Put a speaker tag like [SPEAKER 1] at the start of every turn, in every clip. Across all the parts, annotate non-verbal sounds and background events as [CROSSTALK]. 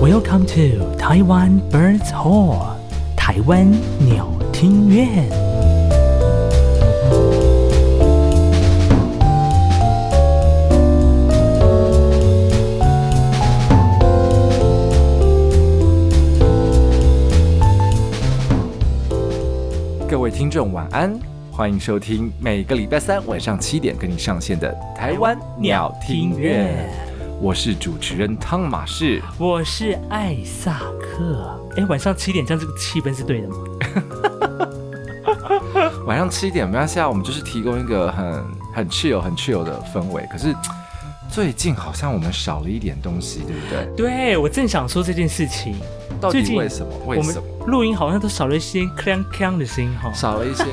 [SPEAKER 1] Welcome to Taiwan Birds Hall，台湾鸟听院。
[SPEAKER 2] 各位听众晚安，欢迎收听每个礼拜三晚上七点跟你上线的台湾鸟听乐，我是主持人汤马士。
[SPEAKER 1] 我是艾萨克。哎，晚上七点这样，这个气氛是对的吗？
[SPEAKER 2] 晚上七点没关系啊，我们就是提供一个很很 chill 很 chill 的氛围。可是最近好像我们少了一点东西，对不对？
[SPEAKER 1] 对，我正想说这件事情。
[SPEAKER 2] 到
[SPEAKER 1] 最
[SPEAKER 2] 底
[SPEAKER 1] 近
[SPEAKER 2] 为什么？为
[SPEAKER 1] 我
[SPEAKER 2] 什
[SPEAKER 1] 们
[SPEAKER 2] 么
[SPEAKER 1] 录音好像都少了一些锵锵的声音哈，
[SPEAKER 2] 少了一些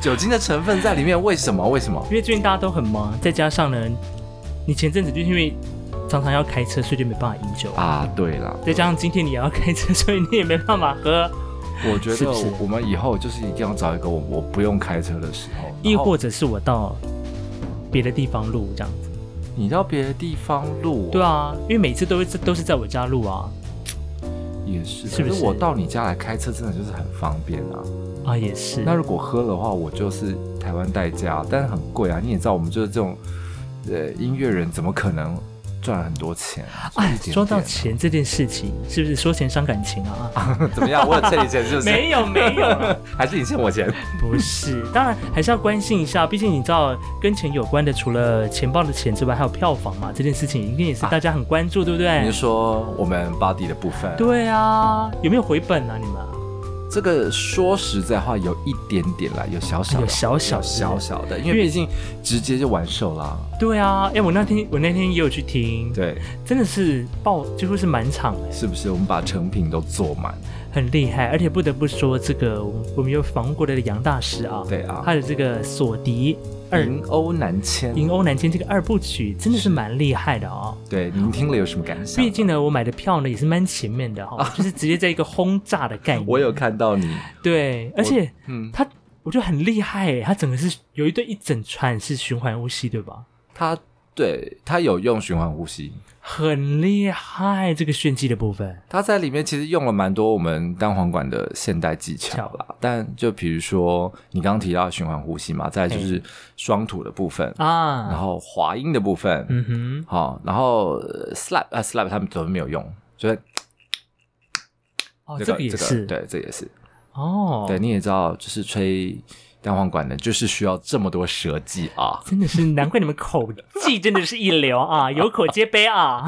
[SPEAKER 2] 酒精的成分在里面？为什么？为什么？
[SPEAKER 1] 因为最近大家都很忙，再加上呢，你前阵子就是因为常常要开车，所以就没办法饮酒。
[SPEAKER 2] 啊，对了，
[SPEAKER 1] 再加上今天你也要开车，所以你也没办法喝，
[SPEAKER 2] 我觉
[SPEAKER 1] 是
[SPEAKER 2] 得
[SPEAKER 1] 不是
[SPEAKER 2] 我我们以后就是一定要找一个我我不用开车的时候，
[SPEAKER 1] 亦
[SPEAKER 2] 然后
[SPEAKER 1] 或者是我到别的地方录这样子。
[SPEAKER 2] 你到别的地方录、
[SPEAKER 1] 对，啊，因为每次都会都是在我家录啊，
[SPEAKER 2] 也是。
[SPEAKER 1] 是不
[SPEAKER 2] 可
[SPEAKER 1] 是
[SPEAKER 2] 是我到你家来开车，真的就是很方便啊。
[SPEAKER 1] 啊也是
[SPEAKER 2] 那。如果喝的话，我就是台湾代驾，但是很贵啊。你也知道，我们就是这种呃音乐人，怎么可能赚很多钱？
[SPEAKER 1] 哎，
[SPEAKER 2] 就一点点啊
[SPEAKER 1] 说到钱这件事情，是不是说钱伤感情啊？啊
[SPEAKER 2] [LAUGHS] 怎么样？我有欠你钱是不是？
[SPEAKER 1] 没有没有啦，
[SPEAKER 2] [LAUGHS] 还是你欠我钱？
[SPEAKER 1] [LAUGHS] 不是，当然还是要关心一下，毕竟你知道跟钱有关的，除了钱包的钱之外，还有票房嘛，这件事情应该也是大家很关注，对不
[SPEAKER 2] 啊你
[SPEAKER 1] 对
[SPEAKER 2] 是？说我们 body 的部分？，
[SPEAKER 1] 对啊，有没有回本啊？你们啊
[SPEAKER 2] 这个说实在话，有一点点啦，有小小的，
[SPEAKER 1] 有小小的
[SPEAKER 2] 有小小的，因
[SPEAKER 1] 因为
[SPEAKER 2] 为毕竟直接就完售啦。
[SPEAKER 1] 对啊，哎，我那天我那天也有去听，
[SPEAKER 2] 对，
[SPEAKER 1] 真的是爆，几乎是满场哎、
[SPEAKER 2] 是不是？我们把成品都做满。
[SPEAKER 1] 很厉害，而且不得不说，这个我们我们有访问过的杨大师啊，
[SPEAKER 2] 对啊
[SPEAKER 1] 他的这个索迪二
[SPEAKER 2] 银欧南迁，
[SPEAKER 1] 银欧南迁这个二部曲真的是
[SPEAKER 2] 是
[SPEAKER 1] 蛮厉害的
[SPEAKER 2] [LAUGHS]
[SPEAKER 1] 哦。
[SPEAKER 2] 对，您听了有什么感想？
[SPEAKER 1] 毕竟呢，我买的票呢也是蛮前面的
[SPEAKER 2] [LAUGHS]
[SPEAKER 1] 哈、就是直接在一个轰炸的概念。
[SPEAKER 2] 我有看到你，
[SPEAKER 1] 对，而且
[SPEAKER 2] 嗯，
[SPEAKER 1] 他我觉得很厉害耶，他整个是有一对一整串是循环呼吸，对吧？
[SPEAKER 2] 他对他有用循环呼吸，
[SPEAKER 1] 很厉害，这个炫技的部分
[SPEAKER 2] 他在里面其实用了蛮多我们单簧管的现代技巧啦。但就比如说你刚刚提到循环呼吸嘛，再来就是双吐的部分，然
[SPEAKER 1] 啊，
[SPEAKER 2] 后滑音的部分，
[SPEAKER 1] 嗯哼，
[SPEAKER 2] 好，然后呃 slap 啊 slap 他们都没有用，就是
[SPEAKER 1] 哦，
[SPEAKER 2] 这
[SPEAKER 1] 这
[SPEAKER 2] 个、
[SPEAKER 1] 个也
[SPEAKER 2] 这个
[SPEAKER 1] 是，
[SPEAKER 2] 对，这也是
[SPEAKER 1] 哦，。
[SPEAKER 2] 对，，你也知道，就是吹单簧管的，就是需要这么多舌技 [LAUGHS] 啊
[SPEAKER 1] 真的是难怪你们口技真的是一流啊，有口皆碑啊，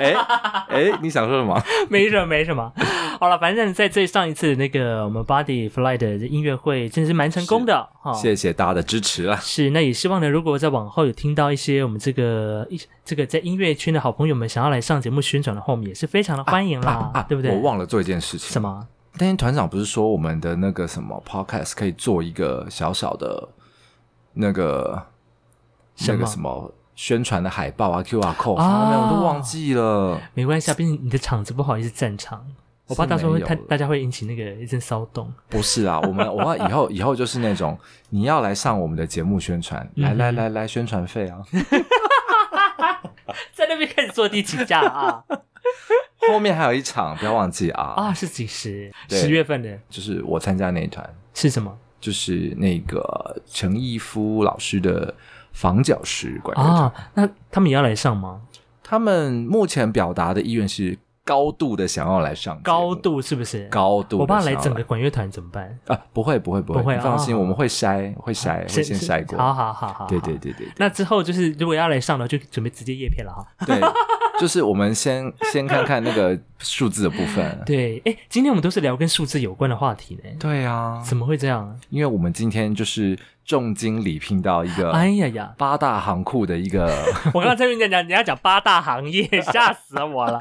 [SPEAKER 2] 哎哎，你想说什么？
[SPEAKER 1] [LAUGHS] 没什么没什么。好了，反正在最上一次的那个我们 Body Fly 的音乐会，真的是蛮成功的哈。
[SPEAKER 2] 谢谢大家的支持啊！
[SPEAKER 1] 是，那也希望呢，如果在往后有听到一些我们这个一这个在音乐圈的好朋友们想要来上节目宣传的话，我们也是非常的欢迎啦，对不对？
[SPEAKER 2] 啊我忘了做一件事情。
[SPEAKER 1] 什？么
[SPEAKER 2] 那天团长不是说我们的那个什么 podcast 可以做一个小小的那个
[SPEAKER 1] 什
[SPEAKER 2] 那
[SPEAKER 1] 么
[SPEAKER 2] 个什么宣传的海报啊、QR code
[SPEAKER 1] 啊
[SPEAKER 2] 发了没有？我都忘记了。
[SPEAKER 1] 没关系啊，毕竟你的场子不好意思站场，我怕
[SPEAKER 2] 是
[SPEAKER 1] 到时候会
[SPEAKER 2] 没有
[SPEAKER 1] 太
[SPEAKER 2] 了
[SPEAKER 1] 大家会引起那个一阵骚动。
[SPEAKER 2] 不是啊，我们 [LAUGHS] 我们以后以后就是那种你要来上我们的节目宣传，来
[SPEAKER 1] 嗯
[SPEAKER 2] 来来来宣传费啊， [LAUGHS]
[SPEAKER 1] 在那边开始坐地起价啊
[SPEAKER 2] 后面还有一场不要忘记啊，
[SPEAKER 1] [LAUGHS] 啊！是几时？
[SPEAKER 2] 对
[SPEAKER 1] 十月份的
[SPEAKER 2] 就是我参加那一团，
[SPEAKER 1] 是什么？
[SPEAKER 2] 就是那个陈义夫老师的房角石管乐团。
[SPEAKER 1] 啊，那他们也要来上吗？
[SPEAKER 2] 他们目前表达的意愿是高度的想要来上节目
[SPEAKER 1] 高度是不是？
[SPEAKER 2] 高度地
[SPEAKER 1] 我怕来
[SPEAKER 2] 想要
[SPEAKER 1] 整个管乐团怎么办？
[SPEAKER 2] 啊，不会不会不会，
[SPEAKER 1] 不会
[SPEAKER 2] 你放心，
[SPEAKER 1] 哦
[SPEAKER 2] 我们会筛会筛会先
[SPEAKER 1] 是
[SPEAKER 2] 筛过，
[SPEAKER 1] 好好好好，
[SPEAKER 2] 对对
[SPEAKER 1] 好。
[SPEAKER 2] 对对 [LAUGHS]
[SPEAKER 1] 那之后就是如果要来上的，就准备直接叶片了哈。
[SPEAKER 2] 对，就是我们先先看看那个数字的部分。
[SPEAKER 1] 对，哎，今天我们都是聊跟数字有关的话题呢，
[SPEAKER 2] 对啊，
[SPEAKER 1] 怎么会这样？
[SPEAKER 2] 因为我们今天就是重金礼聘到一个
[SPEAKER 1] 哎呀呀！
[SPEAKER 2] 八大行库的一个 [LAUGHS]
[SPEAKER 1] 我刚才跟你讲讲，你要讲八大行业，吓死我了。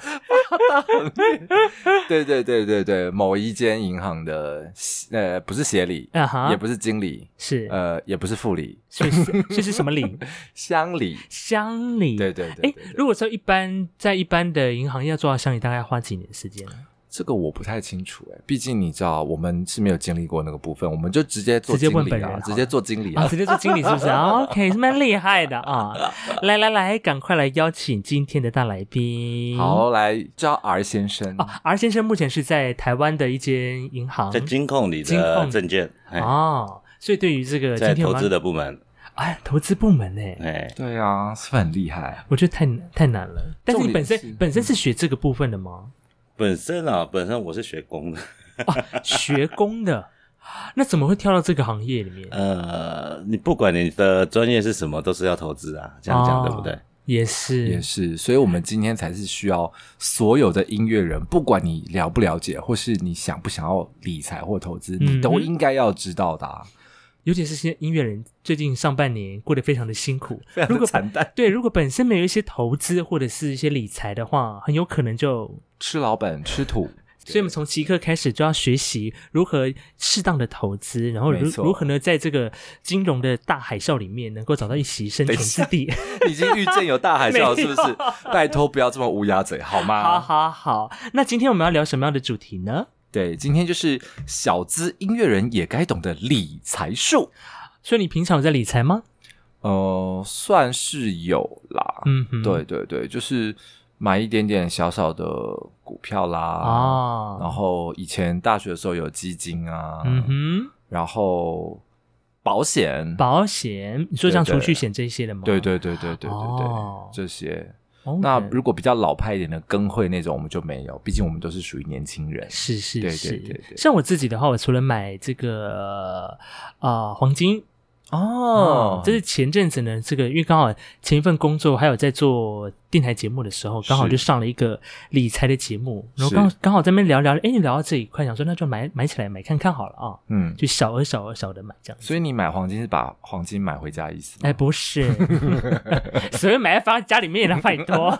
[SPEAKER 2] 对对对对对，某一间银行的呃不是协理，
[SPEAKER 1] 啊哈，
[SPEAKER 2] [LAUGHS] 也不是经理，
[SPEAKER 1] 是，
[SPEAKER 2] 呃也不是副理，
[SPEAKER 1] 是是
[SPEAKER 2] [LAUGHS]
[SPEAKER 1] 是是什么理？
[SPEAKER 2] 乡里。
[SPEAKER 1] 乡里。
[SPEAKER 2] 对对对
[SPEAKER 1] 哎
[SPEAKER 2] 对对， [LAUGHS]
[SPEAKER 1] 如果说一般在一般的银行业要做到乡里，大概要花几年时间呢？
[SPEAKER 2] 这个我不太清楚哎、毕竟你知道我们是没有经历过那个部分，我们就直接做
[SPEAKER 1] 直接
[SPEAKER 2] 经
[SPEAKER 1] 问
[SPEAKER 2] 理
[SPEAKER 1] 本人
[SPEAKER 2] 啊，
[SPEAKER 1] 好
[SPEAKER 2] 直接做经理啊
[SPEAKER 1] 啊，。直接做经理是不
[SPEAKER 2] [LAUGHS]
[SPEAKER 1] 是啊？OK，是蛮厉害的啊！来来来，赶快来邀请今天的大来宾。
[SPEAKER 2] 好，来叫 R 先生。
[SPEAKER 1] 啊，R 先生目前是在台湾的一间银行
[SPEAKER 3] 在金控里
[SPEAKER 1] 金
[SPEAKER 3] 的
[SPEAKER 1] 控
[SPEAKER 3] 证券，哎
[SPEAKER 1] 哦，所以对于这个
[SPEAKER 3] 在
[SPEAKER 1] 今天我
[SPEAKER 3] 投
[SPEAKER 1] 们
[SPEAKER 3] 资的部门，
[SPEAKER 1] 哎投资部门呢，
[SPEAKER 3] 哎，
[SPEAKER 2] 对啊，是不是很厉害？
[SPEAKER 1] 我觉得太难太难了。但是你本身
[SPEAKER 2] 重点是
[SPEAKER 1] 本身是学这个部分的吗？
[SPEAKER 3] 本身啊，本身我是学工的， [LAUGHS]
[SPEAKER 1] 学工的，那怎么会跳到这个行业里面？
[SPEAKER 3] 呃，你不管你的专业是什么，都是要投资啊，这样讲
[SPEAKER 1] 哦
[SPEAKER 3] 对不对？
[SPEAKER 1] 也是
[SPEAKER 2] 也是，所以我们今天才是需要所有的音乐人，不管你了不了解，或是你想不想要理财或投资，
[SPEAKER 1] 嗯
[SPEAKER 2] 你都应该要知道的、啊。
[SPEAKER 1] 尤其是现在音乐人最近上半年过得非常的辛苦，
[SPEAKER 2] 常的
[SPEAKER 1] 如果
[SPEAKER 2] 惨淡
[SPEAKER 1] 对，如果本身没有一些投资或者是一些理财的话，很有可能就，
[SPEAKER 2] 吃老本，吃土。
[SPEAKER 1] 所以我们从即刻开始就要学习如何适当的投资，然后如
[SPEAKER 2] 没错
[SPEAKER 1] 如何呢，在这个金融的大海啸里面能够找到一席
[SPEAKER 2] [LAUGHS]
[SPEAKER 1] 生存之地。
[SPEAKER 2] 已经遇见有大海啸，
[SPEAKER 1] [LAUGHS] 没
[SPEAKER 2] 是
[SPEAKER 1] 有
[SPEAKER 2] 不是？拜托不要这么乌鸦嘴，好吗？
[SPEAKER 1] 好好好，那今天我们要聊什么样的主题呢？
[SPEAKER 2] 对，今天就是小资音乐人也该懂的理财术。
[SPEAKER 1] 所以你平常有在理财吗？
[SPEAKER 2] 呃，算是有啦。
[SPEAKER 1] 嗯哼，
[SPEAKER 2] 啊对对对，就是买一点点小小的股票啦。
[SPEAKER 1] 啊，
[SPEAKER 2] 然后以前大学的时候有基金啊，
[SPEAKER 1] 嗯
[SPEAKER 2] 然后保险
[SPEAKER 1] 哼，，保险，你说像
[SPEAKER 2] 对
[SPEAKER 1] 储
[SPEAKER 2] 对
[SPEAKER 1] 蓄险这些的吗？
[SPEAKER 2] 对对对对对对对，
[SPEAKER 1] 哦
[SPEAKER 2] 这些。
[SPEAKER 1] OK，
[SPEAKER 2] 那如果比较老派一点的耕会那种，我们就没有，毕竟我们都是属于年轻人。
[SPEAKER 1] 是是
[SPEAKER 2] 对
[SPEAKER 1] 是，
[SPEAKER 2] 对对对
[SPEAKER 1] 像我自己的话，我除了买这个呃黄金嗯
[SPEAKER 2] 哦
[SPEAKER 1] 这是前阵子呢，这个因为刚好前一份工作还有在做电台节目的时候，刚好
[SPEAKER 2] 是
[SPEAKER 1] 就上了一个理财的节目，然后
[SPEAKER 2] 是
[SPEAKER 1] 刚刚好在那边聊聊，哎，你聊到这一块，想说那就买买起来买看看好了啊、
[SPEAKER 2] 嗯，
[SPEAKER 1] 就小额小额小的买这样子。
[SPEAKER 2] 所以你买黄金是把黄金买回家的意思吗？
[SPEAKER 1] 哎，不
[SPEAKER 2] [LAUGHS]
[SPEAKER 1] 是， [LAUGHS] 所以买在放在家里面了，拜托。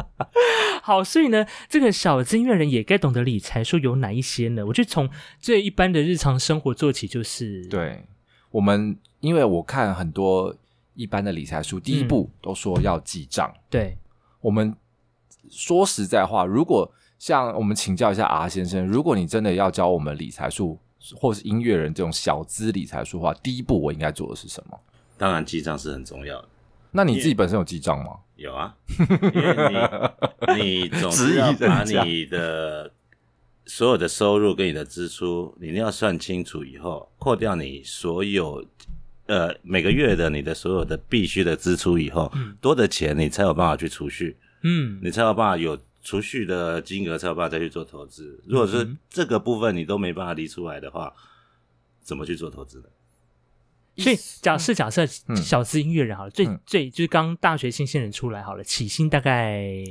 [SPEAKER 1] [LAUGHS] 好，所以呢，这个小资音乐人也该懂得理财，说有哪一些呢？我就从最一般的日常生活做起，就是，
[SPEAKER 2] 对，我们因为我看很多一般的理财书，第一
[SPEAKER 1] 嗯
[SPEAKER 2] 步都说要记账。
[SPEAKER 1] 对，
[SPEAKER 2] 我们说实在话，如果像我们请教一下 R 先生，如果你真的要教我们理财术或是音乐人这种小资理财术的话，第一步我应该做的是什么？
[SPEAKER 3] 当然记账是很重要的，
[SPEAKER 2] 那你自己本身有记账吗？
[SPEAKER 1] [LAUGHS]
[SPEAKER 3] 有啊，因为你你总
[SPEAKER 2] 质疑
[SPEAKER 3] 是要把
[SPEAKER 2] 人家
[SPEAKER 3] 你的所有的收入跟你的支出，你一定要算清楚以后，扣掉你所有呃每个月的你的所有的必须的支出以后，多的钱你才有办法去储蓄，
[SPEAKER 1] 嗯，
[SPEAKER 3] 你才有办法有储蓄的金额，才有办法再去做投资。如果说
[SPEAKER 1] 嗯
[SPEAKER 3] 这个部分你都没办法理出来的话，怎么去做投资呢？
[SPEAKER 1] 所以假设假设
[SPEAKER 2] 嗯
[SPEAKER 1] 小资音乐人好了，最
[SPEAKER 2] 嗯
[SPEAKER 1] 最就是刚大学新鲜人出来好了，起薪大概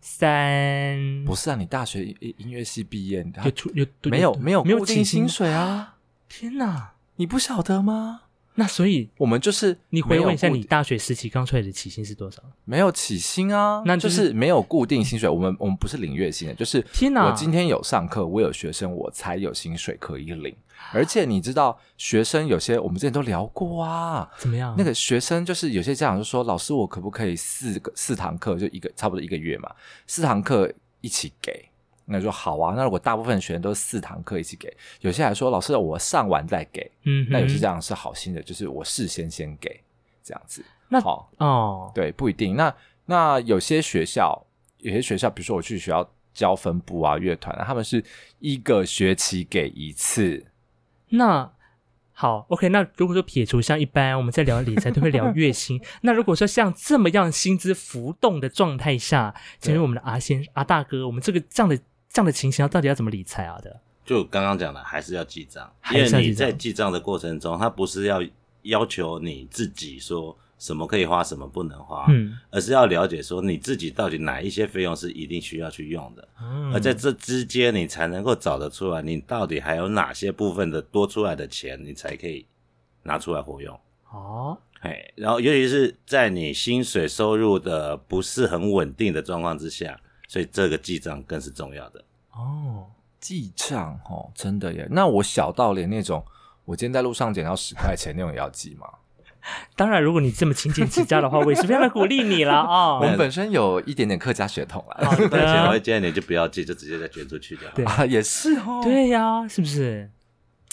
[SPEAKER 1] 三，
[SPEAKER 2] 不是啊，你大学音音乐系毕业，你
[SPEAKER 1] 有出有
[SPEAKER 2] 没有没有
[SPEAKER 1] 没有
[SPEAKER 2] 固
[SPEAKER 1] 起
[SPEAKER 2] 定
[SPEAKER 1] 薪
[SPEAKER 2] 薪，水啊？
[SPEAKER 1] 天哪！
[SPEAKER 2] 你不晓得吗？
[SPEAKER 1] 那所以
[SPEAKER 2] 我们就是
[SPEAKER 1] 你回问一下，
[SPEAKER 2] 没有固
[SPEAKER 1] 你大学时期刚出来的起薪是多少？
[SPEAKER 2] 没有起薪啊，
[SPEAKER 1] 那就
[SPEAKER 2] 就是是没有固定薪水。我们我们不是领月薪的，就是
[SPEAKER 1] 天哪
[SPEAKER 2] 我今天有上课，我有学生，我才有薪水可以领。而且你知道，学生有些我们之前都聊过啊，
[SPEAKER 1] 怎么样？
[SPEAKER 2] 那个学生就是有些家长就说，老师我可不可以四个四堂课就一个差不多一个月嘛，四堂课一起给。那说好啊，那如果大部分学生都是四堂课一起给，有些还说老师我上完再给，
[SPEAKER 1] 嗯哼，
[SPEAKER 2] 那有些家长是好心的，就是我事先先给这样子。
[SPEAKER 1] 那
[SPEAKER 2] 好，
[SPEAKER 1] 哦，
[SPEAKER 2] 对，不一定。那那有些学校，有些学校，比如说我去学校教分部啊、乐团啊，他们是一个学期给一次。
[SPEAKER 1] 那好，OK，那如果说撇除像一般我们在聊理财都会聊月薪， [LAUGHS] 那如果说像这么样薪资浮动的状态下，请问我们的阿先阿大哥，我们这个这样的这样的情形要到底要怎么理财啊的？
[SPEAKER 3] 就刚刚讲的，还是要记账，因
[SPEAKER 1] 还
[SPEAKER 3] 为
[SPEAKER 1] 是要记账
[SPEAKER 3] 你在记账的过程中，他不是要要求你自己说什么可以花，什么不能花，
[SPEAKER 1] 嗯，
[SPEAKER 3] 而是要了解说你自己到底哪一些费用是一定需要去用的，
[SPEAKER 1] 嗯啊
[SPEAKER 3] 而呃在这之间，你才能够找得出来，你到底还有哪些部分的多出来的钱，你才可以拿出来活用。
[SPEAKER 1] 哦，
[SPEAKER 3] 哎，然后尤其是在你薪水收入的不是很稳定的状况之下，所以这个记账更是重要的。
[SPEAKER 1] 哦，
[SPEAKER 2] 记账哦，真的耶。那我小到连那种我今天在路上捡到十块钱那种也要记吗？
[SPEAKER 1] 当然，如果你这么勤俭持家的话，我也是非常的鼓励你了啊
[SPEAKER 2] [LAUGHS] 我。们本身有一点点客家血统啦，
[SPEAKER 1] 好
[SPEAKER 3] 而且我
[SPEAKER 1] 的
[SPEAKER 3] [LAUGHS] 会，建议你就不要寄，就直接再捐出去就好。
[SPEAKER 1] 啊对
[SPEAKER 2] [LAUGHS] 啊，也是哦，
[SPEAKER 1] 对呀、是不是？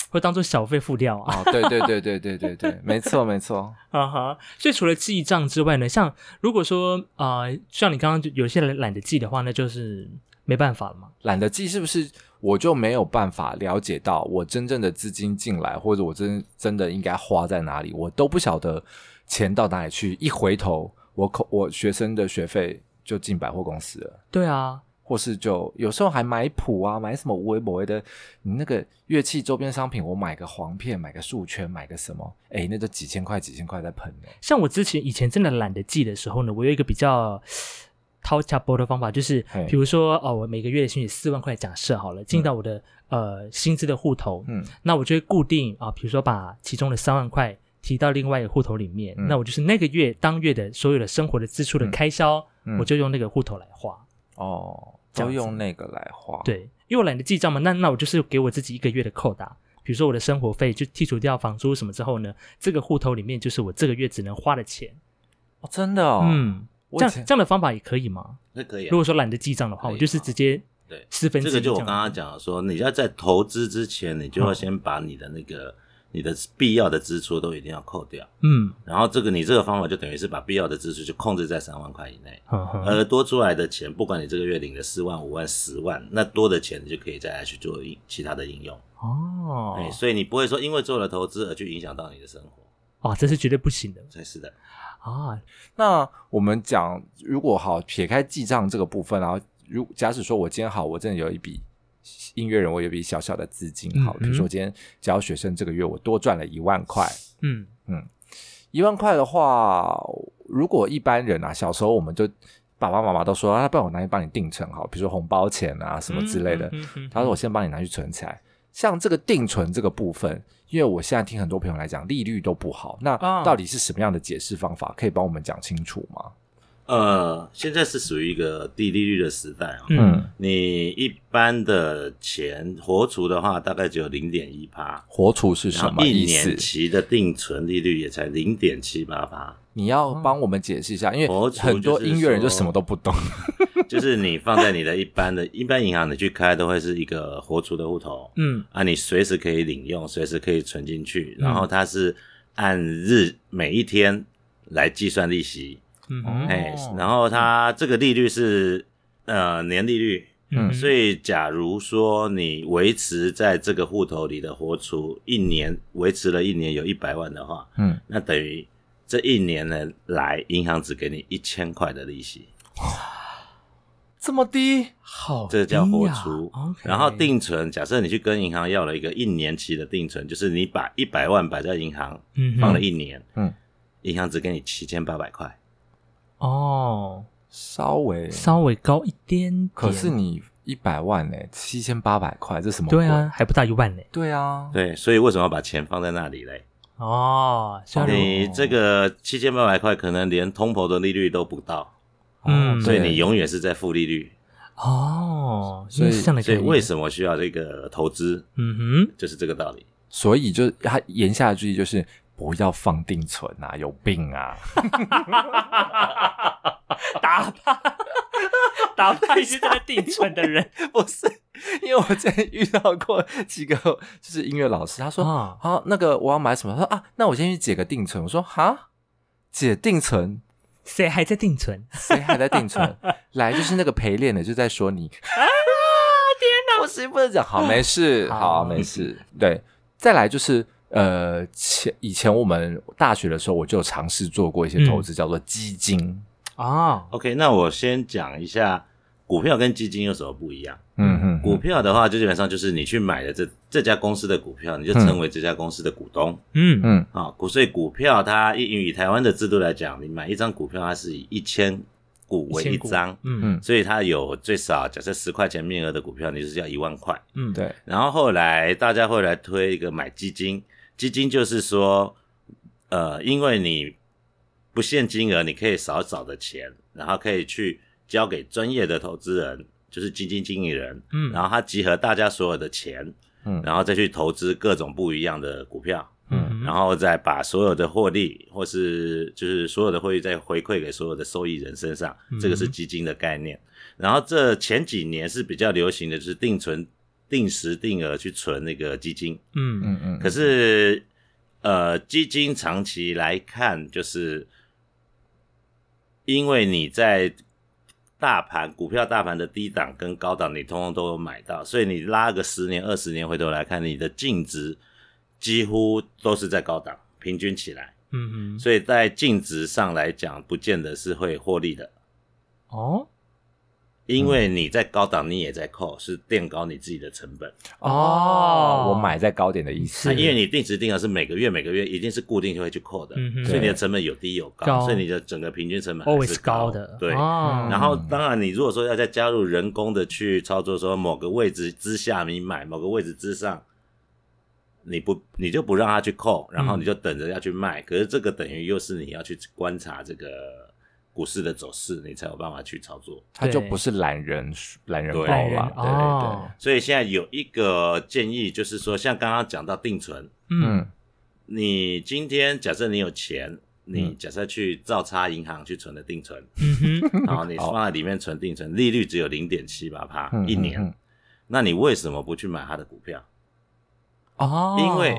[SPEAKER 1] 会当做小费付掉啊。 [LAUGHS]
[SPEAKER 2] 哦，对对对对对对对，没错没错，
[SPEAKER 1] 啊哈，所以除了记账之外呢，像如果说啊、呃像你刚刚就有些人懒得记的话，那就是没办法了嘛。
[SPEAKER 2] 懒得记是不是我就没有办法了解到我真正的资金进来，或者我真真的应该花在哪里，我都不晓得钱到哪里去。一回头，我口我学生的学费就进百货公司了。
[SPEAKER 1] 对啊，
[SPEAKER 2] 或是就有时候还买谱啊，买什么无为某为的，你那个乐器周边商品，我买个簧片，买个束圈，买个什么，哎，那都几千块几千块在喷呢、
[SPEAKER 1] 像我之前以前真的懒得记的时候呢，我有一个比较掏卡波的方法，就是
[SPEAKER 2] 嘿
[SPEAKER 1] 比如说哦，我每个月的薪水四万块，假设好了，进到我的、呃薪资的户头，
[SPEAKER 2] 嗯，
[SPEAKER 1] 那我就会固定啊，比如说把其中的三万块提到另外一个户头里面，
[SPEAKER 2] 嗯
[SPEAKER 1] 那我就是那个月当月的所有的生活的支出的
[SPEAKER 2] 嗯
[SPEAKER 1] 开销，
[SPEAKER 2] 嗯
[SPEAKER 1] 我就用那个户头来花。
[SPEAKER 2] 哦，
[SPEAKER 1] 这样
[SPEAKER 2] 都
[SPEAKER 1] 子
[SPEAKER 2] 用那个来花，，
[SPEAKER 1] 对，因为我懒得记账嘛，那那我就是给我自己一个月的扣打，比如说我的生活费就剔除掉房租什么之后呢，这个户头里面就是我这个月只能花的钱。
[SPEAKER 2] 哦、真的哦，
[SPEAKER 1] 嗯，
[SPEAKER 2] 我
[SPEAKER 1] 这
[SPEAKER 2] 以
[SPEAKER 1] 样
[SPEAKER 2] 前
[SPEAKER 1] 这样的方法也可以吗？
[SPEAKER 3] 那可以、
[SPEAKER 1] 如
[SPEAKER 3] 啊
[SPEAKER 1] 果。说懒得记账的话，
[SPEAKER 3] 可以
[SPEAKER 1] 我
[SPEAKER 2] 啊
[SPEAKER 1] 就是直接
[SPEAKER 3] 对，
[SPEAKER 1] 四分之
[SPEAKER 3] 这
[SPEAKER 1] 一
[SPEAKER 3] 个就我
[SPEAKER 1] 样嗯
[SPEAKER 3] 刚刚讲的说，你要在投资之前，你就要先把你的那个、你的必要的支出都一定要扣掉。
[SPEAKER 1] 嗯，
[SPEAKER 3] 然后这个你这个方法就等于是把必要的支出就控制在三万块以内，
[SPEAKER 1] 呵呵
[SPEAKER 2] 呃
[SPEAKER 3] 而多出来的钱，不管你这个月领的四万、五万、十万，那多的钱你就可以再来去做应其他的应用。
[SPEAKER 1] 哦
[SPEAKER 3] 哎，所以你不会说因为做了投资而去影响到你的生活。
[SPEAKER 1] 哦，这是绝对不行的
[SPEAKER 3] 对，是的，
[SPEAKER 1] 啊。
[SPEAKER 2] 那我们讲，如果好撇开记账这个部分，然后如假使说我今天好，我真的有一笔音乐人，我有一笔小小的资金，好，
[SPEAKER 1] 嗯
[SPEAKER 2] 比如说我今天教学生这个月我多赚了一万块，
[SPEAKER 1] 嗯，
[SPEAKER 2] 一万块的话，如果一般人啊，小时候我们就爸爸妈妈都说，啊，不然我拿去帮你定存好，比如说红包钱啊什么之类的。
[SPEAKER 1] 嗯嗯嗯嗯
[SPEAKER 2] 他说我先帮你拿去存起来。像这个定存这个部分，因为我现在听很多朋友来讲，利率都不好，那
[SPEAKER 1] 啊
[SPEAKER 2] 到底是什么样的解释方法，可以帮我们讲清楚吗？
[SPEAKER 3] 呃，现在是属于一个低利率的时代啊、
[SPEAKER 1] 嗯
[SPEAKER 2] 嗯，
[SPEAKER 3] 你一般的钱活储的话，大概只有零点一趴，
[SPEAKER 2] 活储是什
[SPEAKER 3] 然
[SPEAKER 2] 么
[SPEAKER 3] 后一
[SPEAKER 2] 意思
[SPEAKER 3] 年？期的定存利率也才零点七八趴，
[SPEAKER 2] 你要帮我们解释一下，因为
[SPEAKER 3] 活储
[SPEAKER 2] 哎很多
[SPEAKER 3] 就是
[SPEAKER 2] 音乐嗯人就
[SPEAKER 3] 说
[SPEAKER 2] 什么都不懂。 [LAUGHS]
[SPEAKER 3] 就是你放在你的一般的一般银行，你去开都会是一个活储的户头，
[SPEAKER 1] 嗯
[SPEAKER 3] 啊，你随时可以领用，随时可以存进去，然后它是按日每一天来计算利息，
[SPEAKER 1] 嗯哼
[SPEAKER 3] 哎、
[SPEAKER 2] 哦
[SPEAKER 3] 然后它这个利率是呃年利率，
[SPEAKER 1] 嗯，
[SPEAKER 3] 所以，假如说你维持在这个户头里的活储一年，维持了一年有一百万的话，
[SPEAKER 2] 嗯，
[SPEAKER 3] 那等于这一年呢来，银行只给你一千块的利息，
[SPEAKER 2] 这么低，
[SPEAKER 1] 好低呀，
[SPEAKER 3] 这叫活储。
[SPEAKER 1] OK
[SPEAKER 3] 然后定存，假设你去跟银行要了一个一年期的定存，就是你把一百万摆在银行
[SPEAKER 1] 嗯哼
[SPEAKER 3] 放了一年，
[SPEAKER 2] 嗯，
[SPEAKER 3] 银行只给你七千八百块，
[SPEAKER 1] 哦，
[SPEAKER 2] 稍微
[SPEAKER 1] 稍微高一点点
[SPEAKER 2] 可是你一百万呢、七千八百块，这什么？
[SPEAKER 1] 对啊，，还不到一万呢。
[SPEAKER 2] 对啊，
[SPEAKER 3] 对，所以为什么要把钱放在那里嘞？
[SPEAKER 1] 哦，虽
[SPEAKER 2] 哎
[SPEAKER 1] 然我
[SPEAKER 3] 你这个七千八百块，可能连通膨的利率都不到。
[SPEAKER 1] 嗯
[SPEAKER 2] 哦
[SPEAKER 3] 所以你永远是在负利率。
[SPEAKER 1] 哦，
[SPEAKER 2] 所以
[SPEAKER 1] 因为是这样的
[SPEAKER 3] 所以
[SPEAKER 1] 概念
[SPEAKER 3] 为什么需要这个投资？
[SPEAKER 1] 嗯
[SPEAKER 3] 就是这个道理。
[SPEAKER 2] 所以就他言下之意就是不要放定存啊，有病啊！
[SPEAKER 1] 哼，打败打败是在定存的
[SPEAKER 2] [LAUGHS]
[SPEAKER 1] 人
[SPEAKER 2] [LAUGHS] 不是，因为我之前遇到过几个就是音乐老师，他说
[SPEAKER 1] 啊
[SPEAKER 2] 啊，那个我要买什么？他说啊，那我先去解个定存。我说哈，解定存，
[SPEAKER 1] 谁还在定存？
[SPEAKER 2] 谁还在定存？来，就是那个陪练的就在说你。啊！天哪，不行，不能讲。好，没
[SPEAKER 3] [LAUGHS]
[SPEAKER 2] 事，
[SPEAKER 1] 好
[SPEAKER 2] 好，没事。对，再来就是呃，前以前我们大学的时候，我就有尝试做过一些投资，
[SPEAKER 3] 嗯
[SPEAKER 2] 叫做基金。
[SPEAKER 1] 啊，
[SPEAKER 3] OK，那我先讲一下股票跟基金有什么不一样。
[SPEAKER 2] 嗯哼，
[SPEAKER 3] 股票的话，就基本上就是你去买的这这家公司的股票，你就成为这家公司的股东
[SPEAKER 1] 嗯
[SPEAKER 2] 嗯
[SPEAKER 3] 啊。股所以股票它以以台湾的制度来讲，你买一张股票，它是以一千股为
[SPEAKER 1] 1000
[SPEAKER 3] 一
[SPEAKER 1] 股
[SPEAKER 3] 张，
[SPEAKER 1] 嗯
[SPEAKER 2] 嗯，
[SPEAKER 3] 所以它有最少假设十块钱面额的股票，你就是要一万块。
[SPEAKER 1] 嗯，
[SPEAKER 2] 对，
[SPEAKER 3] 然后后来大家会来推一个买基金，基金就是说，呃，因为你不限金额，你可以少找的钱，然后可以去交给专业的投资人，就是基金经理人，
[SPEAKER 1] 嗯，
[SPEAKER 3] 然后他集合大家所有的钱，
[SPEAKER 2] 嗯
[SPEAKER 3] 然后再去投资各种不一样的股票。
[SPEAKER 1] 嗯，
[SPEAKER 3] 然后再把所有的获利，或是就是所有的获利再回馈给所有的受益人身上
[SPEAKER 1] 嗯，
[SPEAKER 3] 这个是基金的概念。然后这前几年是比较流行的，就是定存、定时定额去存那个基金。
[SPEAKER 1] 嗯
[SPEAKER 2] 嗯嗯，
[SPEAKER 3] 可是，呃，基金长期来看，就是因为你在大盘股票大盘的低档跟高档，你通通都有买到，所以你拉个十年、二十年回头来看，你的净值几乎都是在高档，平均起来，
[SPEAKER 1] 嗯嗯，
[SPEAKER 3] 所以在净值上来讲，不见得是会获利的。
[SPEAKER 1] 哦
[SPEAKER 3] 因为你在高档，你也在扣，是垫高你自己的成本。
[SPEAKER 1] 哦
[SPEAKER 2] 我买在高点的意
[SPEAKER 1] 是
[SPEAKER 2] 思
[SPEAKER 3] 啊，因为你定时定额是每个月每个月一定是固定就会去扣的，
[SPEAKER 1] 嗯哼
[SPEAKER 3] 所以你的成本有低有高，
[SPEAKER 1] 高
[SPEAKER 3] 所以你的整个平均成本还
[SPEAKER 1] ，always
[SPEAKER 3] 是
[SPEAKER 1] 高的，
[SPEAKER 3] 对。
[SPEAKER 2] 嗯
[SPEAKER 1] 哦
[SPEAKER 3] 然后，当然，你如果说要再加入人工的去操作，说某个位置之下你买，某个位置之上，你不你就不让他去扣，然后
[SPEAKER 1] 嗯
[SPEAKER 3] 你就等着要去卖。可是这个等于又是你要去观察这个股市的走势，你才有办法去操作。
[SPEAKER 2] 它就
[SPEAKER 1] 对
[SPEAKER 2] 不是懒人懒人包
[SPEAKER 3] 对嗯
[SPEAKER 1] 懒人嗯
[SPEAKER 2] 了，对对
[SPEAKER 1] 哦，
[SPEAKER 3] 所以现在有一个建议，就是说，像刚刚讲到定存，
[SPEAKER 2] 对，
[SPEAKER 1] 嗯
[SPEAKER 2] 嗯
[SPEAKER 3] 你今天假设你有钱，你
[SPEAKER 2] 嗯
[SPEAKER 3] 假设去照差银行去存的
[SPEAKER 2] [LAUGHS]
[SPEAKER 3] 定存，
[SPEAKER 1] 嗯哼，
[SPEAKER 3] 然后你放在里面存定存，利率只有零点七八趴
[SPEAKER 2] 嗯
[SPEAKER 3] 一年，
[SPEAKER 2] 嗯嗯
[SPEAKER 3] 那你为什么不去买它的股票？
[SPEAKER 1] 哦，
[SPEAKER 3] 因为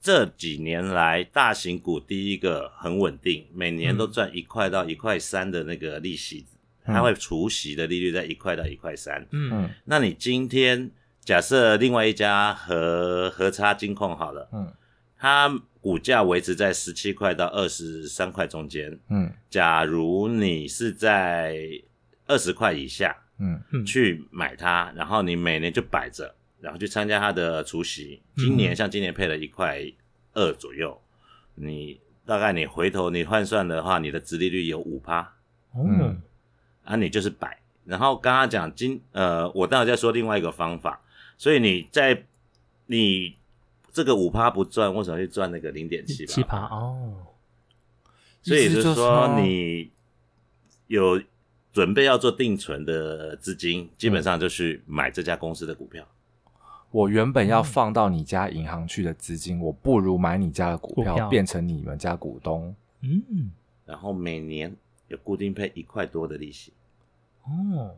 [SPEAKER 3] 这几年来，大型股第一个很稳定，每年都赚一块到一块三的那个利息，
[SPEAKER 2] 嗯
[SPEAKER 3] 它会除息的利率在一块到一块三。
[SPEAKER 1] 嗯
[SPEAKER 2] 嗯
[SPEAKER 3] 那你今天假设另外一家和和差金控好了，
[SPEAKER 2] 嗯
[SPEAKER 3] 它股价维持在十七块到二十三块中间。
[SPEAKER 2] 嗯
[SPEAKER 3] 假如你是在二十块以下
[SPEAKER 2] 嗯
[SPEAKER 1] 嗯
[SPEAKER 3] 去买它，然后你每年就摆着，然后去参加它的除夕。
[SPEAKER 1] 嗯
[SPEAKER 3] 今年像今年配了一块二左右，你大概你回头你换算的话，你的殖利率有五趴
[SPEAKER 1] 哦
[SPEAKER 3] 啊，你就是摆。然后刚刚讲今呃，我待会再说另外一个方法，所以你在你这个五趴不赚，为什么去赚那个零点七
[SPEAKER 1] 奇葩哦，
[SPEAKER 3] 所以
[SPEAKER 2] 意
[SPEAKER 3] 也
[SPEAKER 2] 思
[SPEAKER 3] 就
[SPEAKER 2] 说
[SPEAKER 3] 是说，你有准备要做定存的资金，基本上就是买这家公司的股票。
[SPEAKER 2] 我原
[SPEAKER 1] 嗯
[SPEAKER 2] 本要放到你家银行去的资金，我不如买你家的股
[SPEAKER 1] 股票
[SPEAKER 2] 票，变成你们家股东。
[SPEAKER 1] 嗯
[SPEAKER 3] 然后每年有固定配一块多的利息，
[SPEAKER 1] 哦，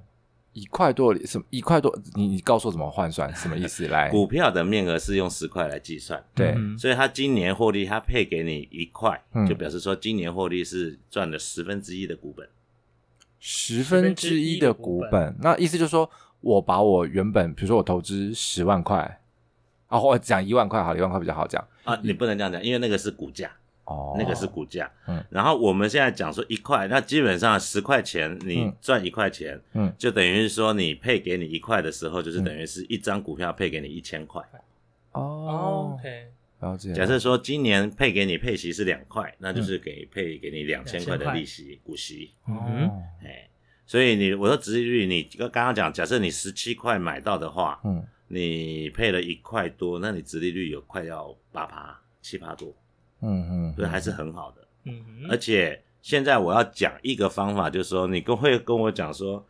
[SPEAKER 2] 一块多什么一块多？你你告诉我怎么换算，什么意思？
[SPEAKER 1] [LAUGHS]
[SPEAKER 2] 来，
[SPEAKER 3] 股票的面额是用十块来计算，
[SPEAKER 2] 对，
[SPEAKER 1] 嗯
[SPEAKER 3] 所以它今年获利，它配给你一块
[SPEAKER 2] 嗯，
[SPEAKER 3] 就表示说今年获利是赚了十分之一的股本。
[SPEAKER 2] 十分之一的
[SPEAKER 1] 10
[SPEAKER 2] 股
[SPEAKER 1] 分之一
[SPEAKER 2] 本，那意思就是说我把我原本，比如说我投资十万块，啊，我讲一万块好了，一万块比较好讲。
[SPEAKER 3] 啊，你不能这样讲，因为那个是股价，
[SPEAKER 2] 哦，
[SPEAKER 3] 那个是股价。
[SPEAKER 2] 嗯
[SPEAKER 3] 然后我们现在讲说一块，那基本上十块钱你
[SPEAKER 2] 嗯
[SPEAKER 3] 赚一块钱，
[SPEAKER 2] 嗯
[SPEAKER 3] 就等于是说你配给你一块的时候，就是等于是一张股票配给你一千块。
[SPEAKER 2] 哦，
[SPEAKER 1] ，OK，
[SPEAKER 2] 了解。
[SPEAKER 3] 假设说今年配给你配息是两块，那就是给配给你两千块的利息股息。
[SPEAKER 1] 嗯
[SPEAKER 2] 哦，
[SPEAKER 3] 哎，所以你我说殖利率，你刚刚讲，假设你十七块买到的话，
[SPEAKER 2] 嗯，
[SPEAKER 3] 你配了一块多，那你殖利率有快要八趴七趴多，
[SPEAKER 2] 嗯嗯，
[SPEAKER 3] 所以还是很好的。
[SPEAKER 1] 嗯
[SPEAKER 3] 而且现在我要讲一个方法，就是说你跟会跟我讲说，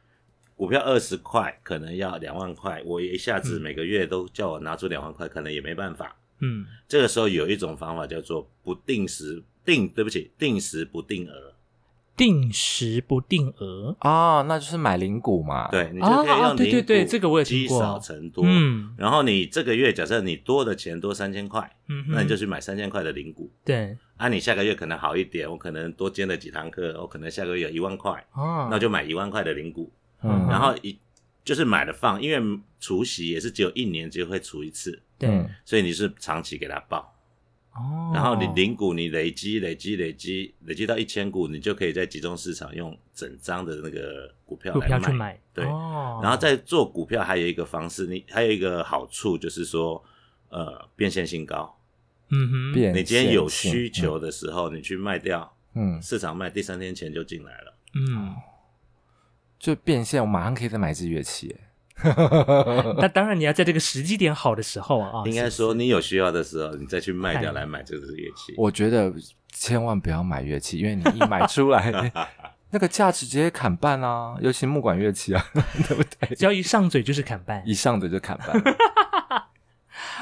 [SPEAKER 3] 股票二十块可能要两万块，我一下子
[SPEAKER 1] 嗯
[SPEAKER 3] 每个月都叫我拿出两万块，可能也没办法。
[SPEAKER 1] 嗯
[SPEAKER 3] 这个时候有一种方法叫做不定时定，对不起，定时不定额。
[SPEAKER 1] 定时不定额，
[SPEAKER 2] 啊，那就是买零股嘛。
[SPEAKER 3] 对，你就
[SPEAKER 1] 啊
[SPEAKER 3] 可以用零股、
[SPEAKER 1] 啊对对对这个我也听
[SPEAKER 3] 积
[SPEAKER 1] 过
[SPEAKER 3] 少成多。
[SPEAKER 1] 嗯
[SPEAKER 3] 然后你这个月假设你多的钱多三千块，
[SPEAKER 1] 嗯哼，
[SPEAKER 3] 那你就去买三千块的零股。
[SPEAKER 1] 对
[SPEAKER 3] 啊，你下个月可能好一点，我可能多兼了几堂课，我可能下个月有一万块，
[SPEAKER 1] 啊，
[SPEAKER 3] 那我就嗯买一万块的零股。
[SPEAKER 2] 嗯，
[SPEAKER 3] 然后一就是买了放，因为除息也是只有一年就会除一次，
[SPEAKER 1] 对
[SPEAKER 2] 嗯
[SPEAKER 3] 所以你是长期给它报。
[SPEAKER 1] 哦，
[SPEAKER 3] 然后你零股你累积累积累积累积到一千股，你就可以在集中市场用整张的那个股票
[SPEAKER 1] 股
[SPEAKER 3] 来
[SPEAKER 1] 票
[SPEAKER 3] 卖。
[SPEAKER 1] 去买，
[SPEAKER 3] 对
[SPEAKER 1] 哦
[SPEAKER 3] 然后再做股票还有一个方式，你还有一个好处就是说，呃，变现性高。
[SPEAKER 1] 嗯哼，
[SPEAKER 2] 变
[SPEAKER 3] 你今天有
[SPEAKER 2] 现性
[SPEAKER 3] 需，
[SPEAKER 1] 嗯
[SPEAKER 3] 求的时候，你去卖掉，
[SPEAKER 2] 嗯，嗯
[SPEAKER 3] 市场卖，第三天钱就进来了。
[SPEAKER 1] 嗯，
[SPEAKER 2] 就变现，我马上可以再买一支乐器耶。
[SPEAKER 1] 那当然你要在这个时机点好的时候啊，啊
[SPEAKER 3] 嗯应该
[SPEAKER 1] 是
[SPEAKER 3] 说，你有需要的时候，你再去卖掉
[SPEAKER 1] 看
[SPEAKER 3] 来买这个乐器。
[SPEAKER 2] 我觉得千万不要买乐器，因为你一买出来，那个价值直接砍半啊，尤其木管乐 [LAUGHS] 器啊，对不对？
[SPEAKER 1] 只要一上嘴就是砍半
[SPEAKER 2] 一上嘴就砍半。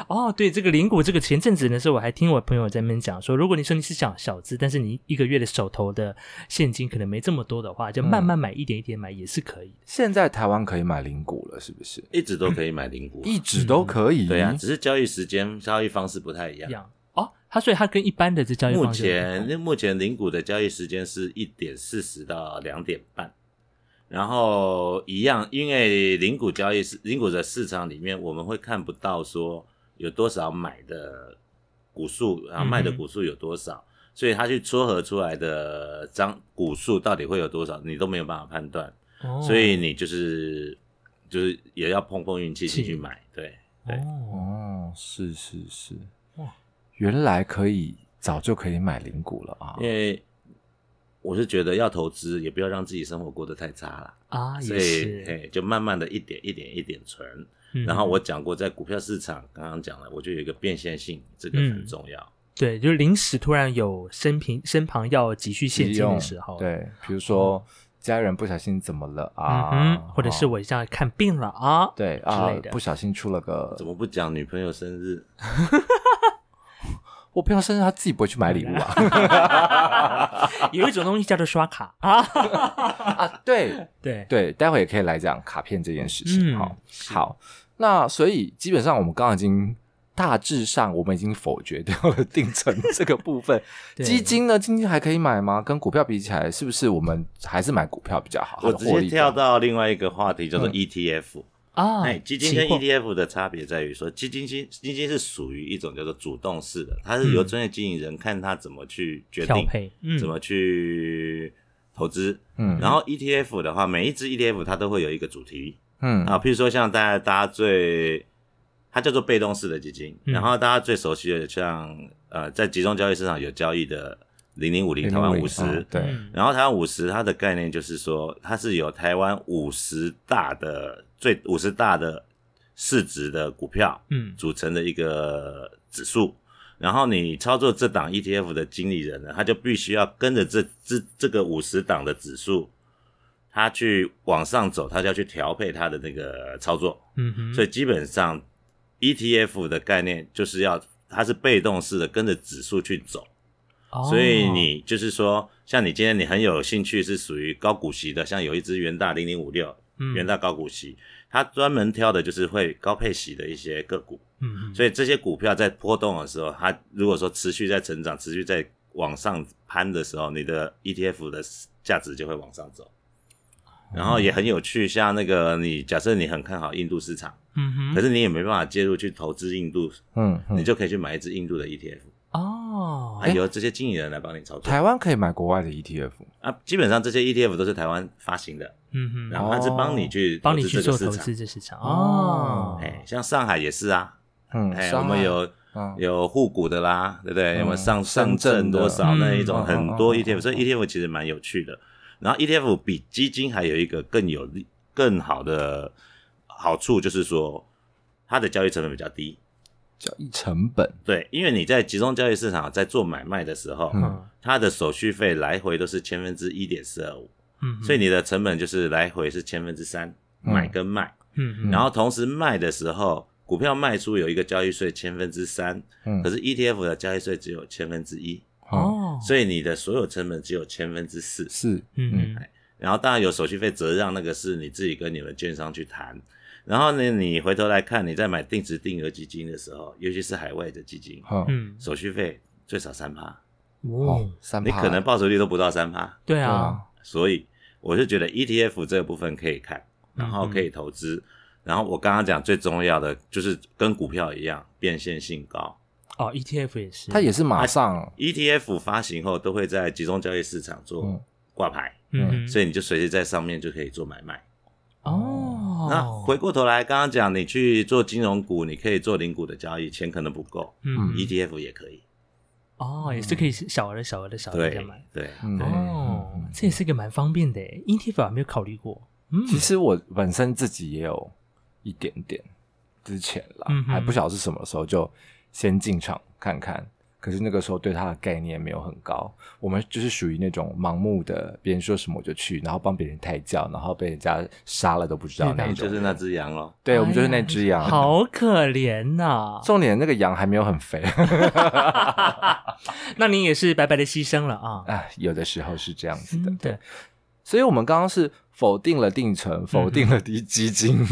[SPEAKER 1] 哦，对，这个零股，这个前阵子的时候，我还听我朋友在那边讲说，如果你说你是小小资，但是你一个月的手头的现金可能没这么多的话，就
[SPEAKER 3] 嗯
[SPEAKER 1] 慢慢买，一点一点买也是可以的。
[SPEAKER 2] 现在台湾可以买零股了，是不是？
[SPEAKER 3] 一直都可以买零股啊，
[SPEAKER 2] 一直都可以。
[SPEAKER 1] 嗯
[SPEAKER 3] 对呀、啊只是交易时间、交易方式不太一样
[SPEAKER 1] 一。样哦，它所以它跟一般的这交易
[SPEAKER 3] 目
[SPEAKER 1] 方式有点不
[SPEAKER 3] 前
[SPEAKER 1] 同
[SPEAKER 3] 那啊目前零股的交易时间是一点四十到两点半，然后一样，因为零股交易市零股的市场里面，我们会看不到说有多少买的股数，
[SPEAKER 1] 嗯
[SPEAKER 3] 然后卖的股数有多少，所以他去撮合出来的张股数到底会有多少，你都没有办法判断，
[SPEAKER 1] 哦
[SPEAKER 3] 所以你就是就是也要碰碰运气进去
[SPEAKER 1] 是
[SPEAKER 3] 买，对。对
[SPEAKER 1] 哦，
[SPEAKER 2] 哦，是是是
[SPEAKER 1] 哇，
[SPEAKER 2] 原来可以早就可以买零股了啊！
[SPEAKER 3] 因为我是觉得要投资，也不要让自己生活过得太差了，
[SPEAKER 1] 啊，
[SPEAKER 3] 所
[SPEAKER 1] 也
[SPEAKER 3] 以
[SPEAKER 1] 是，
[SPEAKER 3] 哎，就慢慢的一点一点一点存。
[SPEAKER 1] 嗯
[SPEAKER 3] 然后我讲过，在股票市场刚刚讲了，我就有一个变现性，这个很重要。
[SPEAKER 1] 对，就是临时突然有身平身旁要急需现金的时候，哦
[SPEAKER 2] 对，比如说家人不小心怎么了
[SPEAKER 1] 嗯
[SPEAKER 2] 啊，
[SPEAKER 1] 哼，或者是
[SPEAKER 2] 哦
[SPEAKER 1] 我现在看病了
[SPEAKER 3] [LAUGHS]
[SPEAKER 1] 啊，
[SPEAKER 2] 对啊
[SPEAKER 1] 之类的，
[SPEAKER 2] 不小心出了个
[SPEAKER 3] 怎，么不讲女朋友生日？
[SPEAKER 2] 我朋友生日他自己不会去买礼物啊
[SPEAKER 1] 有一种东西叫做刷卡啊，
[SPEAKER 2] 啊，对
[SPEAKER 1] 对，
[SPEAKER 2] [LAUGHS] 对，待会也可以来讲卡片这件事情。
[SPEAKER 1] 嗯
[SPEAKER 2] 好，好，那所以基本上我们刚刚已经。大致上，我们已经否决掉了定存这个部分。
[SPEAKER 1] [LAUGHS] 对
[SPEAKER 2] 基金呢？基金还可以买吗？跟股票比起来，是不是我们还是买股票比较好？
[SPEAKER 3] 我
[SPEAKER 2] 它的
[SPEAKER 3] 直
[SPEAKER 2] 获
[SPEAKER 3] 接
[SPEAKER 2] 利比较
[SPEAKER 3] 跳到另外一个话题，叫做
[SPEAKER 2] 嗯
[SPEAKER 3] ETF。
[SPEAKER 1] 啊，
[SPEAKER 3] 哎，基金跟
[SPEAKER 1] 期货
[SPEAKER 3] ETF 的差别在于说，基金基基金是属于一种叫做主动式的，它是由
[SPEAKER 1] 嗯
[SPEAKER 3] 专业经营人看他怎么去决
[SPEAKER 1] 调
[SPEAKER 3] 定
[SPEAKER 1] 配，嗯，
[SPEAKER 3] 怎么去投资。
[SPEAKER 2] 嗯
[SPEAKER 3] 然后 ETF 的话，每一只 ETF 它都会有一个主题
[SPEAKER 2] 嗯
[SPEAKER 3] 啊，譬如说像大家大家最它叫做被动式的基金，
[SPEAKER 1] 嗯
[SPEAKER 3] 然后大家最熟悉的像呃在集中交易市场有交易的零零五零哦
[SPEAKER 2] 0
[SPEAKER 3] 台湾五
[SPEAKER 2] 嗯
[SPEAKER 3] 十，
[SPEAKER 2] 对，
[SPEAKER 1] 嗯
[SPEAKER 3] 然后台湾五十它的概念就是说它是由台湾五十大的最五十大的市值的股票，
[SPEAKER 1] 嗯
[SPEAKER 3] 组成的一个指数。然后你操作这档 ETF 的经理人呢，他就必须要跟着这这这个五十档的指数，他去往上走，他就要去调配他的那个操作。
[SPEAKER 1] 嗯哼，
[SPEAKER 3] 所
[SPEAKER 1] 以
[SPEAKER 3] 以基本上 ETF 的概念就是要它是被动式的，跟着指数去走。
[SPEAKER 1] 哦
[SPEAKER 3] 所以你就是说，像你今天你很有兴趣是属于高股息的，像有一只元大零零五六，
[SPEAKER 1] 嗯
[SPEAKER 3] 元大高股息，它专门挑的就是会高配息的一些个股。
[SPEAKER 1] 嗯，
[SPEAKER 3] 所以这些股票在波动的时候，它如果说持续在成长、持续在往上攀的时候，你的 ETF 的价值就会往上走。然后也很有趣，像那个你假设你很看好印度市场，
[SPEAKER 1] 嗯哼，
[SPEAKER 3] 可是你也没办法介入去投资印度，
[SPEAKER 2] 嗯，嗯
[SPEAKER 3] 你就可以去买一只印度的 E ETF，
[SPEAKER 1] 哦，
[SPEAKER 3] 啊，哎由这些经理人来帮你操作
[SPEAKER 2] 台湾可以买国外的 E ETF，
[SPEAKER 3] 啊。基本上这些 ETF 都是台湾发行的，
[SPEAKER 1] 嗯哼，
[SPEAKER 3] 然后它是帮你去
[SPEAKER 1] 帮
[SPEAKER 3] 投
[SPEAKER 1] 你
[SPEAKER 3] 资
[SPEAKER 1] 去
[SPEAKER 3] 这
[SPEAKER 1] 做
[SPEAKER 3] 个市
[SPEAKER 1] 投
[SPEAKER 3] 场
[SPEAKER 1] 资。这市场
[SPEAKER 2] 哦
[SPEAKER 1] 哦，
[SPEAKER 3] 哎，像上海也是啊，
[SPEAKER 2] 嗯，
[SPEAKER 3] 哎，
[SPEAKER 2] 上
[SPEAKER 3] 我
[SPEAKER 2] 海
[SPEAKER 3] 们有
[SPEAKER 2] 嗯
[SPEAKER 3] 有沪股的啦，对不对？
[SPEAKER 2] 嗯
[SPEAKER 3] 有没有上上
[SPEAKER 2] 深
[SPEAKER 3] 证
[SPEAKER 2] 圳的
[SPEAKER 3] 多少
[SPEAKER 1] 嗯
[SPEAKER 3] 那一种
[SPEAKER 2] 嗯
[SPEAKER 3] 很
[SPEAKER 2] 嗯
[SPEAKER 3] 多 E
[SPEAKER 2] 嗯
[SPEAKER 3] ETF，所以 ETF 其实蛮有趣的。然后 ETF 比基金还有一个更有利、更好的好处，就是说它的交易成本比较低。
[SPEAKER 2] 交易成本，
[SPEAKER 3] 对，因为你在集中交易市场在做买卖的时候，
[SPEAKER 2] 嗯
[SPEAKER 1] 嗯
[SPEAKER 3] 它的手续费来回都是千分之一点四二五，
[SPEAKER 1] 嗯，
[SPEAKER 3] 所以你的成本就是来回是千分之三，
[SPEAKER 2] 嗯
[SPEAKER 3] 买跟卖。
[SPEAKER 1] 嗯
[SPEAKER 3] 然后同时卖的时候，股票卖出有一个交易税千分之三，
[SPEAKER 2] 嗯
[SPEAKER 3] 可是 ETF 的交易税只有千分之一，
[SPEAKER 2] 哦
[SPEAKER 1] 哦，
[SPEAKER 3] 所以你的所有成本只有千分之四。
[SPEAKER 2] 是
[SPEAKER 1] 嗯嗯
[SPEAKER 3] 然后当然有手续费折让，那个是你自己跟你们券商去谈。然后呢，你回头来看，你在买定时定额基金的时候，尤其是海外的基金，
[SPEAKER 2] 嗯
[SPEAKER 1] 嗯
[SPEAKER 3] 手续费最少三趴，
[SPEAKER 1] 哦
[SPEAKER 2] 哦，，三
[SPEAKER 3] 你
[SPEAKER 2] 趴
[SPEAKER 3] 可能报酬率都不到三趴。
[SPEAKER 1] 对
[SPEAKER 2] 对
[SPEAKER 1] 啊，
[SPEAKER 2] 啊，
[SPEAKER 3] 所以我是觉得 ETF 这个部分可以看，然后
[SPEAKER 2] 嗯
[SPEAKER 3] 可以投资。然后我刚刚讲最重要的就是跟股票一样，变现性高。
[SPEAKER 1] 哦，ETF 也是，
[SPEAKER 2] 他也是马上
[SPEAKER 3] ETF E 发行后都会在集中交易市场
[SPEAKER 2] 嗯
[SPEAKER 3] 做挂牌，
[SPEAKER 1] 嗯，
[SPEAKER 3] 所
[SPEAKER 1] 以
[SPEAKER 3] 以你就随时在上面就可以做买卖。
[SPEAKER 1] 哦，
[SPEAKER 3] 那回过头来，刚刚讲你去做金融股，你可以做零股的交易，钱可能不够、
[SPEAKER 1] 嗯
[SPEAKER 3] e t f 也可以。
[SPEAKER 1] 哦也是可以小额的小额的小额的
[SPEAKER 3] 对
[SPEAKER 1] 买
[SPEAKER 3] 对，
[SPEAKER 2] 嗯
[SPEAKER 1] 哦
[SPEAKER 2] 嗯，
[SPEAKER 1] 这也是一个蛮方便的 E 耶，ETF 还没有考虑过，嗯
[SPEAKER 2] 其实我本身自己也有一点点之前啦
[SPEAKER 1] 嗯，哼
[SPEAKER 2] 还不晓得是什么时候就先进场看看，可是那个时候对它的概念没有很高，我们就是属于那种盲目的，别人说什么我就去，然后帮别人抬轿，然后被人家杀了都不知道
[SPEAKER 1] 天哪
[SPEAKER 2] 那一种。
[SPEAKER 3] 就是那只羊咯。
[SPEAKER 2] 对，我们就是
[SPEAKER 1] 哎
[SPEAKER 2] 那
[SPEAKER 1] 呀
[SPEAKER 2] 只羊。
[SPEAKER 1] 好可怜呐、
[SPEAKER 2] 重点那个羊还没有很肥 [LAUGHS]
[SPEAKER 1] [LAUGHS] 那您也是白白的牺牲了啊。
[SPEAKER 2] [LAUGHS]
[SPEAKER 1] 嗯
[SPEAKER 2] 啊，有的时候是这样子的。
[SPEAKER 1] 真的，
[SPEAKER 2] 所以我们刚刚是否定了定存，否定了低基金，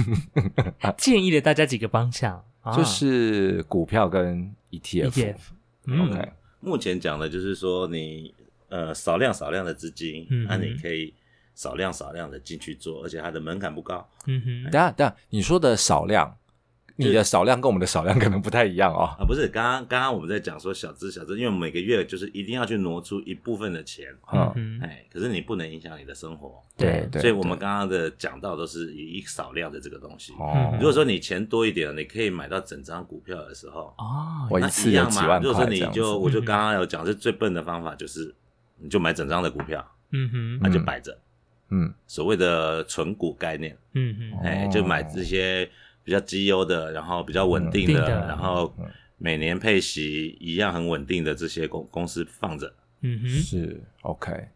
[SPEAKER 1] 建议了大家几个方向，啊、
[SPEAKER 2] 啊就是股票跟 E ETF。
[SPEAKER 1] ETF 嗯
[SPEAKER 2] OK，
[SPEAKER 3] 目前讲的就是说你呃少量少量的资金，那、
[SPEAKER 1] 嗯
[SPEAKER 3] 啊、你可以少量少量的进去做，而且它的门槛不高。
[SPEAKER 1] 嗯哼
[SPEAKER 2] 等一，下等一下，你说的少量，你的少量跟我们的少量可能不太一样哦。
[SPEAKER 3] 啊，不是，刚刚刚刚我们在讲说小资小资，因为每个月就是一定要去挪出一部分的钱，
[SPEAKER 1] 嗯
[SPEAKER 2] 嗯，
[SPEAKER 1] 哼，
[SPEAKER 3] 哎，可是你不能影响你的生活，
[SPEAKER 1] 对
[SPEAKER 2] 对
[SPEAKER 3] 所以我们刚刚的讲到都是以少量的这个东西。
[SPEAKER 2] 哦
[SPEAKER 1] 嗯
[SPEAKER 3] 如，果说你钱多一点，你可以买到整张股票的时候，
[SPEAKER 1] 哦，
[SPEAKER 2] 我一
[SPEAKER 3] 那
[SPEAKER 2] 次
[SPEAKER 3] 一
[SPEAKER 2] 有
[SPEAKER 3] 样
[SPEAKER 2] 几
[SPEAKER 3] 嘛。
[SPEAKER 2] 万
[SPEAKER 3] 如果
[SPEAKER 2] 块
[SPEAKER 3] 说
[SPEAKER 2] 这
[SPEAKER 3] 你
[SPEAKER 2] 样子。嗯
[SPEAKER 3] 就我就刚刚有讲，是最笨的方法就是你就买整张的股票，
[SPEAKER 1] 嗯哼，
[SPEAKER 3] 那就摆着，
[SPEAKER 2] 嗯，
[SPEAKER 3] 所谓的存股概念，
[SPEAKER 1] 嗯哼，
[SPEAKER 2] 哦
[SPEAKER 3] 哎，就买这些比较绩优的，然后比较稳定
[SPEAKER 1] 稳定
[SPEAKER 3] 的，
[SPEAKER 1] 的
[SPEAKER 3] 然后
[SPEAKER 2] 嗯
[SPEAKER 3] 每年配息一样很稳定的这些公公司放着。
[SPEAKER 1] 嗯哼，
[SPEAKER 2] 是 OK。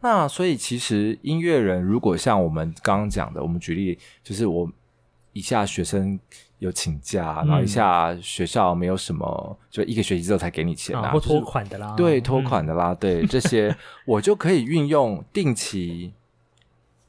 [SPEAKER 2] 那所以其实音乐人如果像我们刚刚讲的，我们举例就是我一下学生有请假，
[SPEAKER 1] 嗯
[SPEAKER 2] 然后一下学校没有什么，就一个学期之后才给你钱
[SPEAKER 1] 啊，
[SPEAKER 2] 啊，嗯
[SPEAKER 1] 或
[SPEAKER 2] 就是
[SPEAKER 1] 拖款的啦，
[SPEAKER 2] 对拖款的啦，对这 [LAUGHS] 些我就可以运用定期。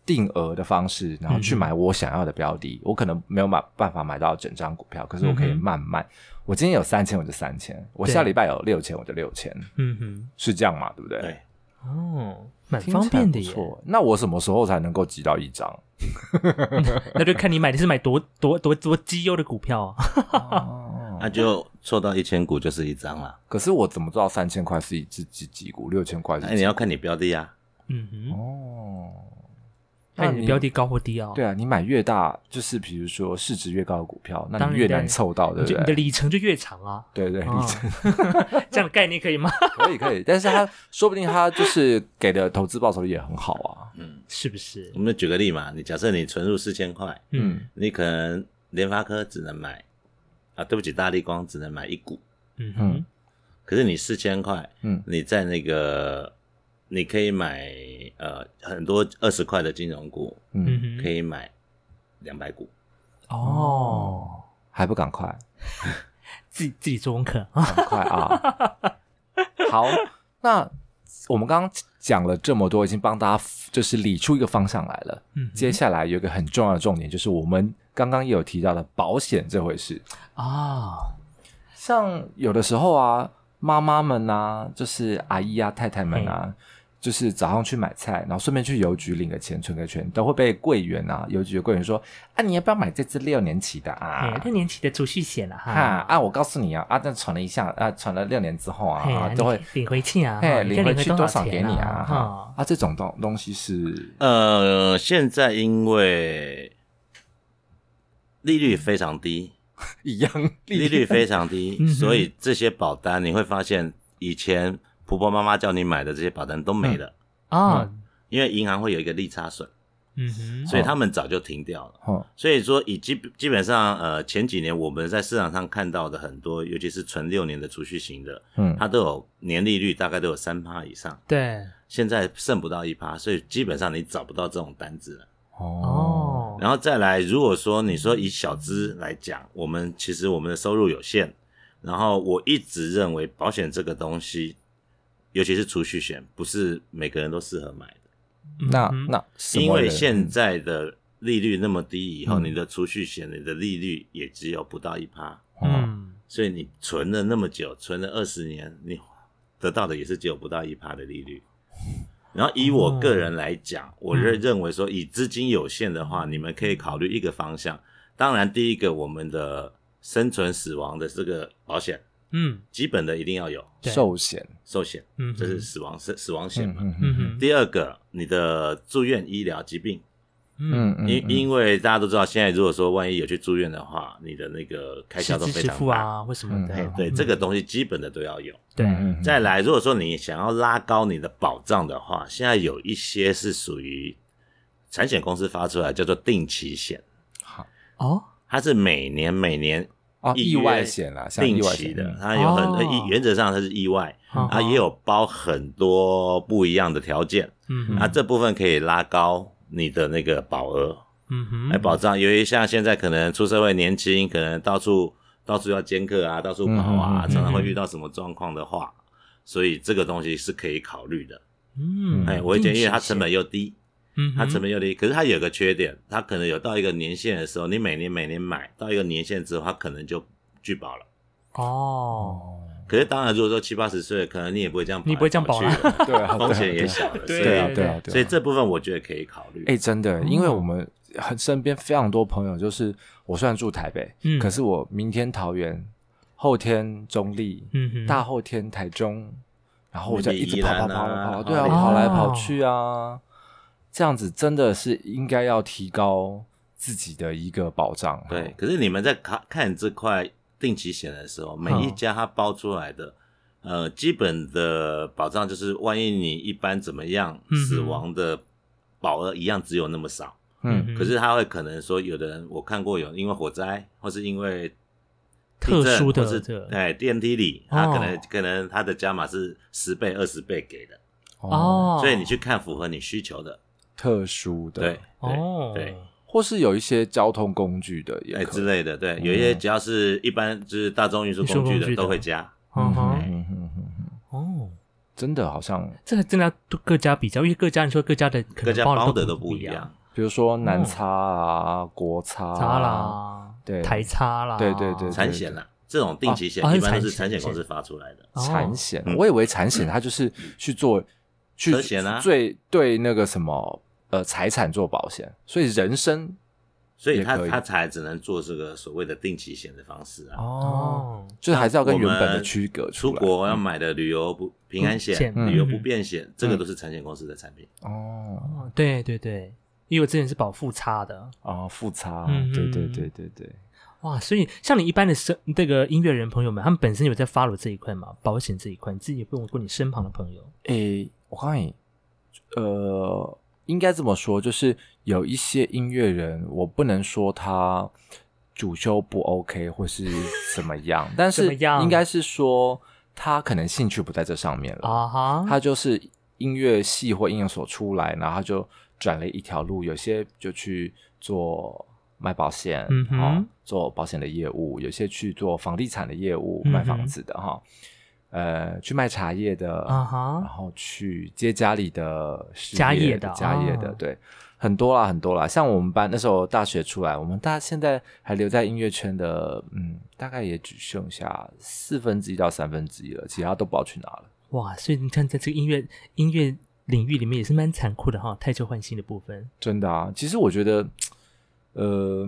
[SPEAKER 2] 定额的方式，然后去
[SPEAKER 1] 嗯
[SPEAKER 2] 买我想要的标的。我可能没有买办法买到整张股票，可是我可以
[SPEAKER 1] 嗯哼
[SPEAKER 2] 慢慢。我今天有三千，我就三千；我
[SPEAKER 1] 对
[SPEAKER 2] 下礼拜有六千，我就六千，
[SPEAKER 1] 嗯，嗯
[SPEAKER 2] 是这样嘛？对不对？
[SPEAKER 3] 对，
[SPEAKER 1] 哼，哦，蛮
[SPEAKER 2] 听起来
[SPEAKER 1] 方便的
[SPEAKER 2] 不
[SPEAKER 1] 耶。
[SPEAKER 2] 错。那我什么时候才能够集到一张？
[SPEAKER 1] 那就看你买的是买多多多多绩优的股票啊。 [LAUGHS]
[SPEAKER 2] 哦 [LAUGHS]
[SPEAKER 3] 那就凑到一千股就是一张了。
[SPEAKER 2] 可是我怎么知道三千块是一只几几股，六千块是
[SPEAKER 3] 哎，
[SPEAKER 2] 几
[SPEAKER 3] 你要看你标的呀。
[SPEAKER 1] 嗯哼，
[SPEAKER 2] 哦？那
[SPEAKER 1] 看你的标的高或低哦。
[SPEAKER 2] 对啊，你买越大，就是比如说市值越高的股票，那
[SPEAKER 1] 当
[SPEAKER 2] 你
[SPEAKER 1] 然
[SPEAKER 2] 越
[SPEAKER 1] 当
[SPEAKER 2] 难
[SPEAKER 1] 然
[SPEAKER 2] 凑到，对
[SPEAKER 1] 你就，
[SPEAKER 2] 不
[SPEAKER 1] 你的
[SPEAKER 2] 对？
[SPEAKER 1] 里程就越长啊。
[SPEAKER 2] 对对，
[SPEAKER 1] 哦
[SPEAKER 2] 你这
[SPEAKER 1] [LAUGHS] 这样的概念可以吗？
[SPEAKER 2] [LAUGHS] 可以可以，但是他说不定他就是给的投资报酬率也很好啊。
[SPEAKER 3] 嗯，
[SPEAKER 1] 是不是
[SPEAKER 3] 我？们就举个例嘛，你假设你存入四千块，
[SPEAKER 1] 嗯
[SPEAKER 2] 嗯
[SPEAKER 3] 你可能联发科只能买啊，对不起，大力光只能买一股。
[SPEAKER 1] 嗯哼
[SPEAKER 2] 嗯，
[SPEAKER 3] 可是你四千块，
[SPEAKER 2] 嗯
[SPEAKER 3] 你在那个你可以买呃很多二十块的金融股，
[SPEAKER 1] 嗯
[SPEAKER 2] 嗯，
[SPEAKER 1] 哼，
[SPEAKER 3] 可以买两百股。
[SPEAKER 1] 哦，
[SPEAKER 2] 哦，还不赶快嗯
[SPEAKER 1] 自己自己做功课啊。
[SPEAKER 2] 赶快啊！
[SPEAKER 1] [LAUGHS]
[SPEAKER 2] 好，那我们刚刚讲了这么多，已经帮大家就是理出一个方向来了。
[SPEAKER 1] 嗯哼，
[SPEAKER 2] 接下来有一个很重要的重点，就是我们刚刚也有提到的保险这回事。
[SPEAKER 1] 啊，
[SPEAKER 2] 像有的时候啊，妈妈们啊，就是阿姨啊、太太们啊，
[SPEAKER 1] 嗯
[SPEAKER 2] 就是早上去买菜，然后顺便去邮局领个钱、存个钱，都会被柜员啊、邮局的柜员说：“啊，你要不要买这只六年期的啊
[SPEAKER 1] 哎，？”六年期的储蓄险了
[SPEAKER 2] 哈
[SPEAKER 1] 哈。
[SPEAKER 2] 啊！我告诉你啊，啊，但存了一下，啊，存了六年之后啊，
[SPEAKER 1] 嘿
[SPEAKER 2] 啊
[SPEAKER 1] 你
[SPEAKER 2] 都会
[SPEAKER 1] 领回去啊
[SPEAKER 2] 嘿，
[SPEAKER 1] 你
[SPEAKER 2] 领
[SPEAKER 1] 看
[SPEAKER 2] 回
[SPEAKER 1] 领回
[SPEAKER 2] 去
[SPEAKER 1] 多
[SPEAKER 2] 多
[SPEAKER 1] 少
[SPEAKER 2] 少给
[SPEAKER 1] 钱
[SPEAKER 2] 你
[SPEAKER 1] 啊
[SPEAKER 2] 啊？
[SPEAKER 1] 哈
[SPEAKER 2] 哈啊，这种东东西是
[SPEAKER 3] 呃，现在因为利率非常低，
[SPEAKER 2] 一样
[SPEAKER 3] 利率非常低，
[SPEAKER 1] 嗯哼
[SPEAKER 3] 所以这些保单你会发现，以前婆婆妈妈叫你买的这些保单都没了，
[SPEAKER 1] 啊，
[SPEAKER 3] 因为银行会有一个利差损，
[SPEAKER 1] 嗯哼，
[SPEAKER 3] 所以他们早就停掉了。
[SPEAKER 2] [LAUGHS] 哦
[SPEAKER 3] 所以说，以基基本上，呃，前几年我们在市场上看到的很多，尤其是存六年的储蓄型的，
[SPEAKER 2] 嗯
[SPEAKER 3] 它都有年利率大概都有三趴以上，
[SPEAKER 1] 对，
[SPEAKER 3] 现在剩不到一趴，所以基本上你找不到这种单子了。
[SPEAKER 2] 哦
[SPEAKER 1] 哦，
[SPEAKER 3] 然后再来，如果说你说以小资来讲，我们其实我们的收入有限，然后我一直认为保险这个东西，尤其是储蓄险，不是每个人都适合买的，
[SPEAKER 2] 那
[SPEAKER 1] 嗯哼
[SPEAKER 2] 那什
[SPEAKER 3] 因
[SPEAKER 2] 么
[SPEAKER 3] 为
[SPEAKER 2] 人
[SPEAKER 3] 现在的利率那么低，以后、
[SPEAKER 2] 嗯
[SPEAKER 3] 你的储蓄险你的利率也只有不到一趴，
[SPEAKER 2] 嗯
[SPEAKER 1] 嗯，
[SPEAKER 3] 所以你存了那么久，存了二十年，你得到的也是只有不到一趴的利率。然后以我个人来讲，
[SPEAKER 2] 哦
[SPEAKER 3] 我认
[SPEAKER 1] 嗯
[SPEAKER 3] 认为说，以资金有限的
[SPEAKER 2] 嗯
[SPEAKER 3] 话，你们可以考虑一个方向。当然，第一个我们的生存死亡的这个保险，
[SPEAKER 1] 嗯
[SPEAKER 3] 基本的一定要有
[SPEAKER 1] 对
[SPEAKER 2] 寿险，
[SPEAKER 3] 寿险，
[SPEAKER 1] 嗯哼，
[SPEAKER 3] 这是死亡死死亡险嘛。
[SPEAKER 2] 嗯
[SPEAKER 1] 嗯哼，
[SPEAKER 3] 第二个，你的住院医疗疾病，
[SPEAKER 1] 嗯，
[SPEAKER 2] 嗯嗯，
[SPEAKER 3] 因因为大家都知道，现在如果说万一有去住院的话，你的那个开销
[SPEAKER 1] 是
[SPEAKER 3] 都
[SPEAKER 1] 支
[SPEAKER 3] 非
[SPEAKER 1] 持
[SPEAKER 3] 常
[SPEAKER 1] 付
[SPEAKER 3] 大。
[SPEAKER 1] 啊，或什么
[SPEAKER 2] 嗯
[SPEAKER 1] 的
[SPEAKER 3] 哎，，对，
[SPEAKER 1] 嗯
[SPEAKER 3] 这个东西基本的都要有。
[SPEAKER 1] 对，
[SPEAKER 2] 嗯嗯
[SPEAKER 3] 再来，如果说你想要拉高你的保障的话，现在有一些是属于产险公司发出来叫做定期险，
[SPEAKER 2] 好
[SPEAKER 1] 哦，
[SPEAKER 3] 它是每年每年
[SPEAKER 2] 哦，
[SPEAKER 3] 一
[SPEAKER 2] 意外
[SPEAKER 3] 约
[SPEAKER 2] 险啦，像
[SPEAKER 3] 定
[SPEAKER 2] 意外
[SPEAKER 3] 期
[SPEAKER 2] 险
[SPEAKER 3] 的
[SPEAKER 2] 嗯，哦
[SPEAKER 3] 它有很
[SPEAKER 1] 哦
[SPEAKER 3] 呃意原则上它是意外，
[SPEAKER 1] 嗯
[SPEAKER 3] 它也有包很多不一样的条件，啊
[SPEAKER 1] 嗯
[SPEAKER 3] 那这部分可以拉高你的那个保额
[SPEAKER 1] 嗯哼，
[SPEAKER 3] 来保障。由于像现在可能出社会年轻，可能到处到处要兼课啊，到处跑
[SPEAKER 2] 嗯嗯
[SPEAKER 3] 啊，
[SPEAKER 2] 嗯嗯
[SPEAKER 3] 常常会遇到什么状况的话，所以这个东西是可以考虑的。
[SPEAKER 1] 嗯，
[SPEAKER 3] 哎，我会建议它成
[SPEAKER 1] 定
[SPEAKER 3] 本又低，
[SPEAKER 1] 期险，嗯
[SPEAKER 3] 它成
[SPEAKER 1] 本
[SPEAKER 3] 本又低，可是它有个缺点，它可能有到一个年限的时候，你每年每年买到一个年限之后，它可能就拒保了。
[SPEAKER 1] 哦，
[SPEAKER 2] 哦，
[SPEAKER 3] 可是当然，如果说七八十岁，可能你也不会这样跑来去，
[SPEAKER 1] 你不会这样保了
[SPEAKER 2] [LAUGHS] 对啊，
[SPEAKER 3] [LAUGHS] 风险
[SPEAKER 2] 对啊
[SPEAKER 3] 也小了。
[SPEAKER 1] [LAUGHS] 对
[SPEAKER 2] 对
[SPEAKER 3] 所
[SPEAKER 2] 啊，
[SPEAKER 3] 以
[SPEAKER 1] 对
[SPEAKER 2] 对啊，对啊
[SPEAKER 3] 所以这哦部分我觉得可以考虑。
[SPEAKER 2] 哎、真的，因为我们很身边非常多朋友，就是我虽然住台北，
[SPEAKER 1] 嗯
[SPEAKER 2] 可是我明天桃园，后天中立，
[SPEAKER 1] 嗯哼，
[SPEAKER 2] 大后天台中，然后我就
[SPEAKER 3] 你
[SPEAKER 2] 一直
[SPEAKER 3] 宜
[SPEAKER 2] 跑
[SPEAKER 3] 兰
[SPEAKER 2] 跑
[SPEAKER 3] 啊
[SPEAKER 2] 跑跑跑，
[SPEAKER 3] 花
[SPEAKER 2] 对啊，
[SPEAKER 3] 莲
[SPEAKER 2] 跑来
[SPEAKER 1] 哦
[SPEAKER 2] 跑去啊，这样子真的是应该要提高自己的一个保障。
[SPEAKER 3] 对，，可是你们在看看这块定期险的时候，每
[SPEAKER 1] 嗯
[SPEAKER 3] 一家它包出来的，呃，基本的保障就是，万一你一般怎么样
[SPEAKER 1] 嗯哼
[SPEAKER 3] 死亡的保额一样只有那么少，
[SPEAKER 2] 嗯，
[SPEAKER 1] 嗯
[SPEAKER 3] 可是它会可能说，有的人我看过有因为火灾，或是因为地
[SPEAKER 1] 特
[SPEAKER 3] 震
[SPEAKER 1] 殊的
[SPEAKER 3] 或是
[SPEAKER 1] 这个
[SPEAKER 3] 哎电梯里，它可能、
[SPEAKER 1] 哦
[SPEAKER 3] 可能它的加码是十倍二十倍给的，
[SPEAKER 1] 哦，
[SPEAKER 3] 所以你去看符合你需求的，
[SPEAKER 2] 特殊的，
[SPEAKER 3] 对对、
[SPEAKER 1] 哦，
[SPEAKER 3] 对。
[SPEAKER 2] 或是有一些交通工具的也
[SPEAKER 3] 哎
[SPEAKER 2] 可以，
[SPEAKER 3] 之类的，对，有一些
[SPEAKER 2] 嗯
[SPEAKER 3] 只要是一般就是大众运输
[SPEAKER 1] 哦运输
[SPEAKER 3] 工具
[SPEAKER 1] 工具的
[SPEAKER 3] 的都会加，
[SPEAKER 1] 嗯
[SPEAKER 2] 嗯
[SPEAKER 1] 哼，
[SPEAKER 2] 嗯嗯嗯嗯
[SPEAKER 1] 哦，
[SPEAKER 2] 真的好像
[SPEAKER 1] 这个真的要各家比较，因为各家你说各家的可能
[SPEAKER 3] 各家
[SPEAKER 1] 包
[SPEAKER 3] 包
[SPEAKER 1] 的
[SPEAKER 3] 的都
[SPEAKER 1] 不
[SPEAKER 3] 不一样。。
[SPEAKER 2] 比如说南叉啊、国叉、啊、
[SPEAKER 1] 差
[SPEAKER 3] 哦
[SPEAKER 1] 啦，
[SPEAKER 2] 对
[SPEAKER 1] 台差啦，
[SPEAKER 2] 对对对
[SPEAKER 3] 产险啦，这种定期险
[SPEAKER 1] 啊啊
[SPEAKER 3] 一般都是
[SPEAKER 1] 是产
[SPEAKER 3] 产
[SPEAKER 1] 险
[SPEAKER 3] 险公司发出来的。
[SPEAKER 1] 哦
[SPEAKER 2] 产险，
[SPEAKER 3] 嗯
[SPEAKER 2] 我以为产险它就是去做去
[SPEAKER 3] 车险啊
[SPEAKER 2] 最对那个什么呃财产做保险，所以人身
[SPEAKER 3] 所以
[SPEAKER 2] 也可
[SPEAKER 3] 他
[SPEAKER 2] 以
[SPEAKER 3] 他才只能做这个所谓的定期险的方式啊。
[SPEAKER 2] 哦，
[SPEAKER 1] 哦，
[SPEAKER 2] 就是还是要跟
[SPEAKER 3] 我
[SPEAKER 2] 原
[SPEAKER 3] 们
[SPEAKER 2] 本的区隔
[SPEAKER 3] 出
[SPEAKER 2] 来嗯
[SPEAKER 3] 国要买的旅游不平安
[SPEAKER 1] 险
[SPEAKER 3] 险、
[SPEAKER 1] 嗯
[SPEAKER 3] 旅游不便险，这个都是产险公司的产品。
[SPEAKER 2] 哦
[SPEAKER 1] 哦对对对，因为我之前是保复差的，
[SPEAKER 2] 啊复差，
[SPEAKER 1] 嗯
[SPEAKER 2] 对对
[SPEAKER 1] 嗯
[SPEAKER 2] 对对对，
[SPEAKER 1] 哇，所以像你一般的生这个音乐人朋友们，他们本身有在 follow 这一块嘛，保险这一块，你自己有问过你身旁的朋友？
[SPEAKER 2] 诶，我告诉你，呃，应该这么说，就是有一些音乐人，我不能说他主修不 OK 或是怎么样，但
[SPEAKER 1] 怎么
[SPEAKER 2] 是
[SPEAKER 1] 样
[SPEAKER 2] 应该是说他可能兴趣不在这上面了，
[SPEAKER 1] 啊哈，
[SPEAKER 2] 他就是音乐系或音乐所出来，然后他就转了一条路，有些就去做。卖保险，
[SPEAKER 1] 嗯哼
[SPEAKER 2] 哦，做保险的业务，有些去做房地产的业务，卖
[SPEAKER 1] 嗯
[SPEAKER 2] 房
[SPEAKER 1] 哼
[SPEAKER 2] 子的哈、呃，去卖茶叶的，
[SPEAKER 1] 啊
[SPEAKER 2] 然
[SPEAKER 1] 哈，
[SPEAKER 2] 后去接家里的事
[SPEAKER 1] 家业的
[SPEAKER 2] 的家业的，
[SPEAKER 1] 哦
[SPEAKER 2] 对，很多啦，很多啦。像我们班那时候大学出来，我们大现在还留在音乐圈的，嗯，大概也只剩下四分之一到三分之一了，其他都不知道去哪了。
[SPEAKER 1] 哇，所以你看在这个音乐音乐领域里面也是蛮残酷的哈，太旧换新的部分。
[SPEAKER 2] 真的啊，其实我觉得，呃，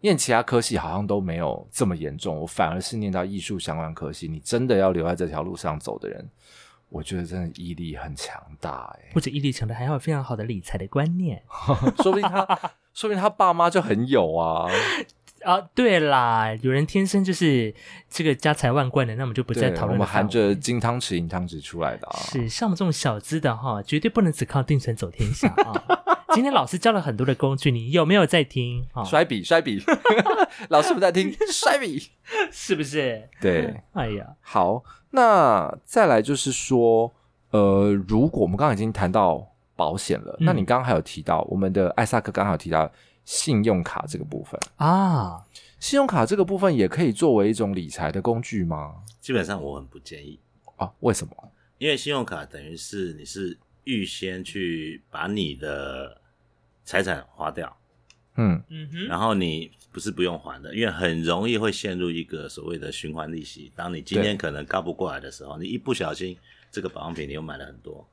[SPEAKER 2] 念其他科系好像都没有这么严重，我反而是念到艺术相关科系，你真的要留在这条路上走的人，我觉得真的毅力很强大、欸， [LAUGHS]
[SPEAKER 1] 或者毅力强的还要有非常好的理财的观念
[SPEAKER 2] 说不定他，说不定他爸妈就很有啊。
[SPEAKER 1] 啊。对啦，有人天生就是这个家财万贯的，那我们就不
[SPEAKER 2] 对，
[SPEAKER 1] 再讨论
[SPEAKER 2] 我
[SPEAKER 1] 了。
[SPEAKER 2] 们含着金汤匙、银汤匙出来的啊。
[SPEAKER 1] 是像我们这种小资的哈，绝对不能只靠定存走天下啊。今天老师教了很多的工具，你有没有在听？啊？
[SPEAKER 2] 摔笔，摔笔， [LAUGHS] 老师不
[SPEAKER 1] [LAUGHS]
[SPEAKER 2] 在听，摔笔。
[SPEAKER 1] 是不是？
[SPEAKER 2] 对，
[SPEAKER 1] 哎呀，
[SPEAKER 2] 好，那再来就是说，呃，如果我们刚刚已经谈到保险了，
[SPEAKER 1] 嗯
[SPEAKER 2] 那你刚刚还有提到我们的艾萨克，刚刚有提到信用卡这个部分，
[SPEAKER 1] 啊，
[SPEAKER 2] 信用卡这个部分也可以作为一种理财的工具吗？
[SPEAKER 3] 基本上我很不建议，
[SPEAKER 2] 啊，为什么？
[SPEAKER 3] 因为信用卡等于是你是预先去把你的财产花掉，
[SPEAKER 2] 嗯，
[SPEAKER 1] 嗯哼，
[SPEAKER 3] 然后你不是不用还的，因为很容易会陷入一个所谓的循环利息。当你今
[SPEAKER 2] 对
[SPEAKER 3] 天可能告不过来的时候，你一不小心，这个保养品你又买了很多，